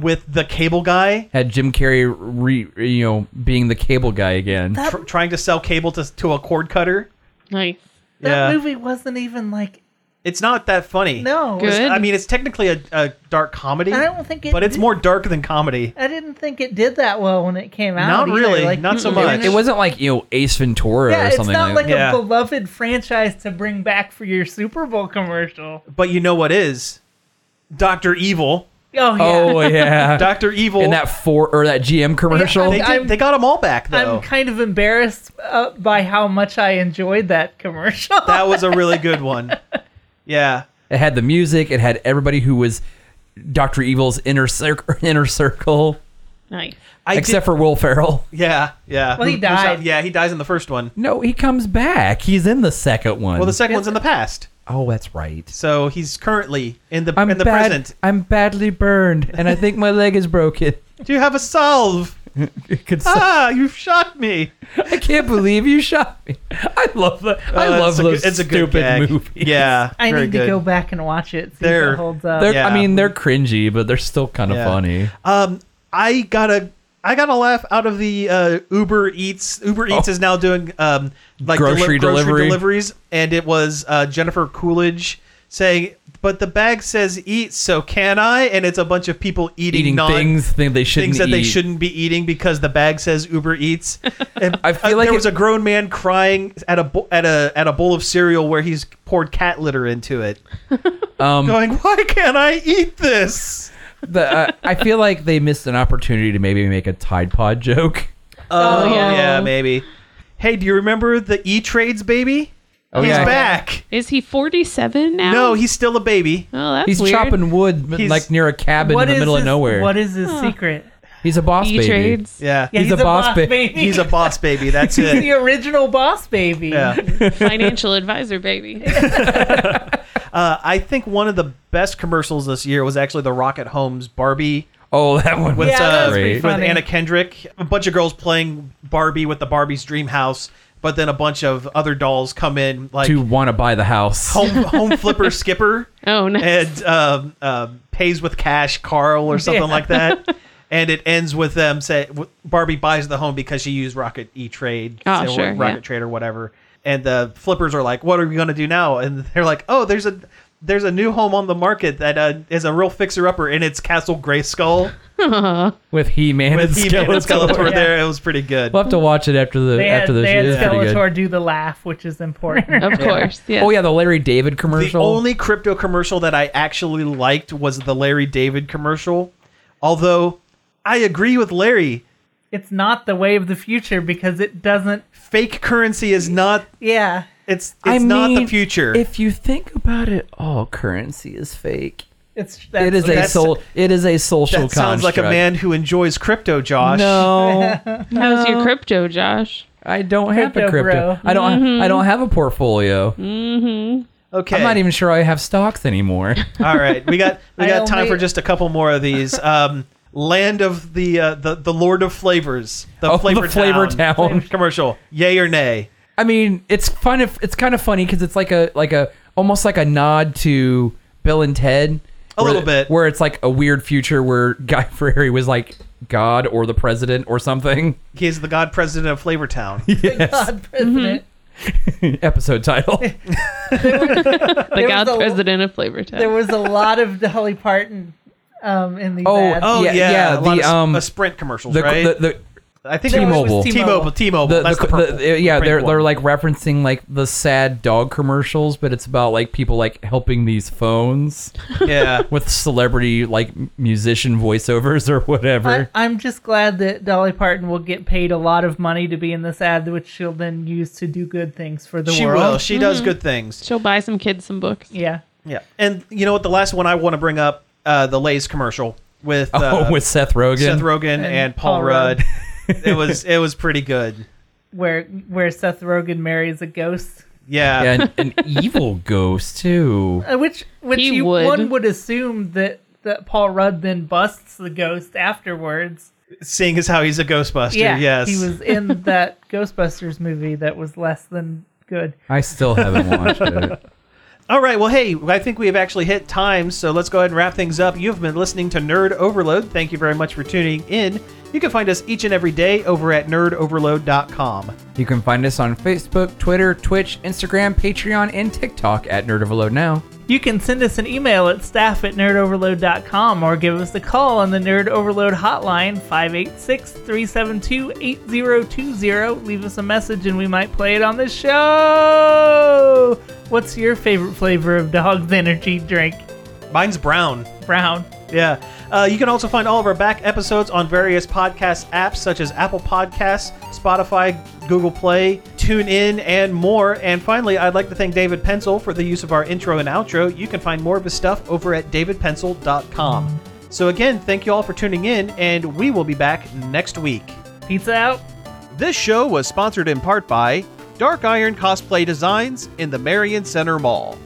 S1: with the cable guy
S3: Had Jim Carrey re you know being the cable guy again.
S1: tr- trying to sell cable to to a cord cutter.
S4: nice.
S2: that
S1: yeah,
S2: movie wasn't even like
S1: it's not that funny.
S2: no
S4: Good.
S1: I mean it's technically a, a dark comedy,
S2: I don't think it.
S1: but it's more dark than comedy.
S2: I didn't think it did that well when it came out.
S1: Not
S2: either.
S1: really,
S2: Like,
S1: not so
S2: mm,
S1: much.
S3: It wasn't like you know Ace Ventura
S2: Yeah,
S3: or
S2: it's
S3: something
S2: not like,
S3: that.
S1: Yeah.
S2: a beloved franchise to bring back for your Super Bowl commercial. Oh,
S1: But you know what is Doctor Evil
S2: Oh yeah.
S3: Oh yeah,
S1: Doctor Evil.
S3: in that four or that GM commercial.
S1: they, did,
S2: I'm-
S1: they got them all back though.
S2: I'm kind of embarrassed uh, by how much I enjoyed that commercial.
S1: that was a really good one. Yeah.
S3: It had the music. It had everybody who was Doctor Evil's inner circle. Inner circle,
S4: Nice.
S1: I
S3: except for Will Ferrell.
S1: did, yeah, yeah.
S2: Well, he
S1: Who- who's
S2: died.
S1: out- Yeah, he dies in the first one.
S3: No, he comes back. He's in the second one.
S1: Well, the second one's in the past,
S3: oh, that's right.
S1: so he's currently in the
S3: I'm
S1: in the
S3: bad-
S1: present.
S3: I'm badly burned, and I think my leg is broken.
S1: Do you have a salve?
S3: It could suck.
S1: Ah, you shot me.
S3: I can't believe you shot me. I love that. I
S1: Uh,
S3: love
S1: it's a
S3: those
S1: good- it's a good
S3: stupid
S1: gag.
S3: movies.
S1: Yeah,
S2: I
S1: very
S2: need
S1: good.
S2: to go back and watch it. See if
S1: There.
S2: it holds up.
S3: They're,
S1: Yeah.
S3: I mean, they're cringy, but they're still kind of
S1: Yeah.
S3: funny.
S1: Um, I got a I got a laugh out of the uh, Uber Eats. Uber Eats
S3: Oh.
S1: is now doing um like
S3: Grocery delivery.
S1: deliveries, and it was uh, Jennifer Coolidge saying, "But the bag says eat, so can I?" And it's a bunch of people eating,
S3: Eating
S1: non-
S3: things, thing they shouldn't
S1: things that they
S3: eat.
S1: shouldn't be eating because the bag says Uber Eats. And uh,
S3: I feel like
S1: there
S3: it-
S1: was a grown man crying at a bo- at a at a bowl of cereal where he's poured cat litter into it,
S3: Um,
S1: going, "Why can't I eat this?"
S3: the, uh, I feel like they missed an opportunity to maybe make a Tide Pod joke.
S1: Oh,
S4: Oh.
S1: yeah, maybe. Hey, do you remember the E Trades baby?
S3: Oh,
S1: he's
S3: yeah.
S1: back.
S4: Is he 47 now?
S1: No, he's still a baby.
S4: Oh, that's
S3: He's
S4: weird.
S3: chopping wood but,
S1: He's-
S3: like near a cabin
S2: What
S3: in the
S2: is
S3: middle of
S2: his-
S3: nowhere.
S2: What is his secret?
S3: he's a boss
S4: E
S3: baby.
S4: trades.
S1: Yeah.
S2: Yeah,
S3: He's a boss ba-
S2: baby.
S1: He's a boss baby. That's
S2: He's the
S1: it.
S2: original boss baby.
S1: Yeah.
S4: Financial advisor, baby.
S1: Uh, I think one of the best commercials this year was actually the Rocket Homes Barbie
S3: Oh, that one was
S1: with,
S2: Yeah, that
S1: uh,
S2: was pretty
S3: great.
S1: with
S2: funny.
S1: Anna Kendrick. A bunch of girls playing Barbie with the Barbie's dream house, but then a bunch of other dolls come in like Oh,
S3: to want to buy the house.
S1: home, home flipper skipper.
S4: Oh, nice.
S1: and um, um, pays with cash Carl or something
S2: Yeah.
S1: like that. And it ends with them say w- Barbie buys the home because she used Rocket E Trade,
S4: Oh,
S1: so-
S4: sure,
S1: Rocket
S4: yeah.
S1: Trade or whatever. And the flippers are like, "What are we gonna do now?" And they're like, "Oh, there's a there's a new home on the market that uh, is a real fixer upper, and it's Castle Grayskull
S3: with He Man and
S1: with He Man and
S3: Skeletor.
S1: Skeletor
S2: yeah.
S1: there. It was pretty good.
S3: We'll have to watch it after the
S2: They had,
S3: after the
S2: they had
S3: it's pretty good.
S2: Skeletor do the laugh, which is important.
S4: of course. Yes.
S3: Oh yeah, the Larry David
S1: The
S3: commercial.
S1: only crypto commercial that I actually liked was the Larry David commercial. Although I agree with Larry,
S2: it's not the way of the future because it doesn't.
S1: fake currency is not
S2: Yeah.
S1: It's it's
S3: I
S1: not the
S3: mean,
S1: future.
S3: If you think about it, all currency is fake.
S2: It's that's,
S3: it is a
S1: that's-
S3: soul. It is a social
S1: that sounds like a
S3: construct.
S1: man who enjoys crypto, Josh.
S3: No,
S4: How's your crypto, Josh?
S3: I don't have a
S2: Crypto
S3: crypto.
S2: bro.
S3: I don't. I don't have a portfolio.
S1: Okay.
S3: I'm not even sure I have stocks anymore.
S1: All right. We got we
S2: I
S1: got time
S2: only-
S1: for just a couple more of these. Um, Land of the uh, the the Lord of Flavors, the
S3: Oh, the
S1: Flavor
S3: Flavor
S1: Town
S3: Town.
S1: commercial. Yay or nay?
S3: I mean, it's fun. If it's kind of funny because it's like a like a almost like a nod to Bill and Ted.
S1: A
S3: where-
S1: little bit.
S3: Where it's like a weird future where Guy Ferrari was like God or the president or something.
S1: He is the God President of Flavor Town.
S2: God president.
S3: Episode title.
S4: The God
S2: was a-
S4: President of Flavor
S2: There
S4: Town.
S2: was a lot of Dolly Parton um, in these
S3: Oh,
S2: ads.
S1: Oh
S3: Yeah,
S1: yeah,
S3: yeah,
S1: a lot
S3: the,
S1: of s-
S3: um,
S1: uh, Sprint commercials,
S3: The,
S1: right?
S3: the, the,
S1: I think
S3: T-Mobile.
S1: T-Mobile, T-Mobile.
S3: the,
S1: That's
S3: the-
S1: the, purple.
S3: the- yeah,
S1: the
S3: they're
S1: pink
S3: they're
S1: one.
S3: like referencing like the sad dog commercials, but it's about like people like helping these phones
S1: yeah.
S3: with celebrity like m- musician voiceovers or
S2: I,
S3: whatever.
S2: I'm just glad that Dolly Parton will get paid a lot of money to be in this ad, which she'll then use to do good things for the
S1: She
S2: world.
S1: will. She does good things.
S4: She'll buy some kids some books.
S2: Yeah.
S1: Yeah. And you know what? The last one I want to bring up, uh, the Lay's commercial with uh,
S3: oh, with Seth Rogen.
S1: Seth Rogen and, Paul,
S2: Paul
S1: Rudd.
S2: Rudd.
S1: it was it was pretty good.
S2: Where where Seth Rogen marries a ghost,
S1: Yeah.
S3: and an evil ghost too.
S2: uh, which which
S4: He
S2: you,
S4: would.
S2: one would assume that that Paul Rudd then busts the ghost afterwards.
S1: Seeing as how he's a Ghostbuster.
S2: Yeah,
S1: yes.
S2: he was in that Ghostbusters movie that was less than good.
S3: I still haven't watched it.
S1: All right. Well, hey, I think we have actually hit time, so let's go ahead and wrap things up. You've been listening to Nerd Overload. Thank you very much for tuning in. You can find us each and every day over at nerdoverload.com.
S3: You can find us on Facebook, Twitter, Twitch, Instagram, Patreon, and TikTok at Nerd Overload Now.
S2: You can send us an email at staff at nerdoverload.com or give us a call on the Nerd Overload hotline, 586 372 8020. Leave us a message and we might play it on the show. What's your favorite flavor of dog's energy drink?
S1: Mine's brown.
S2: Brown.
S1: Yeah. Uh, you can also find all of our back episodes on various podcast apps such as Apple Podcasts, Spotify, Google Play, TuneIn, and more. And finally, I'd like to thank David Pencil for the use of our intro and outro. You can find more of his stuff over at davidpencil.com. So, again, thank you all for tuning in, and we will be back next week.
S2: Pizza out.
S1: This show was sponsored in part by Dark Iron Cosplay Designs in the Marion Center Mall.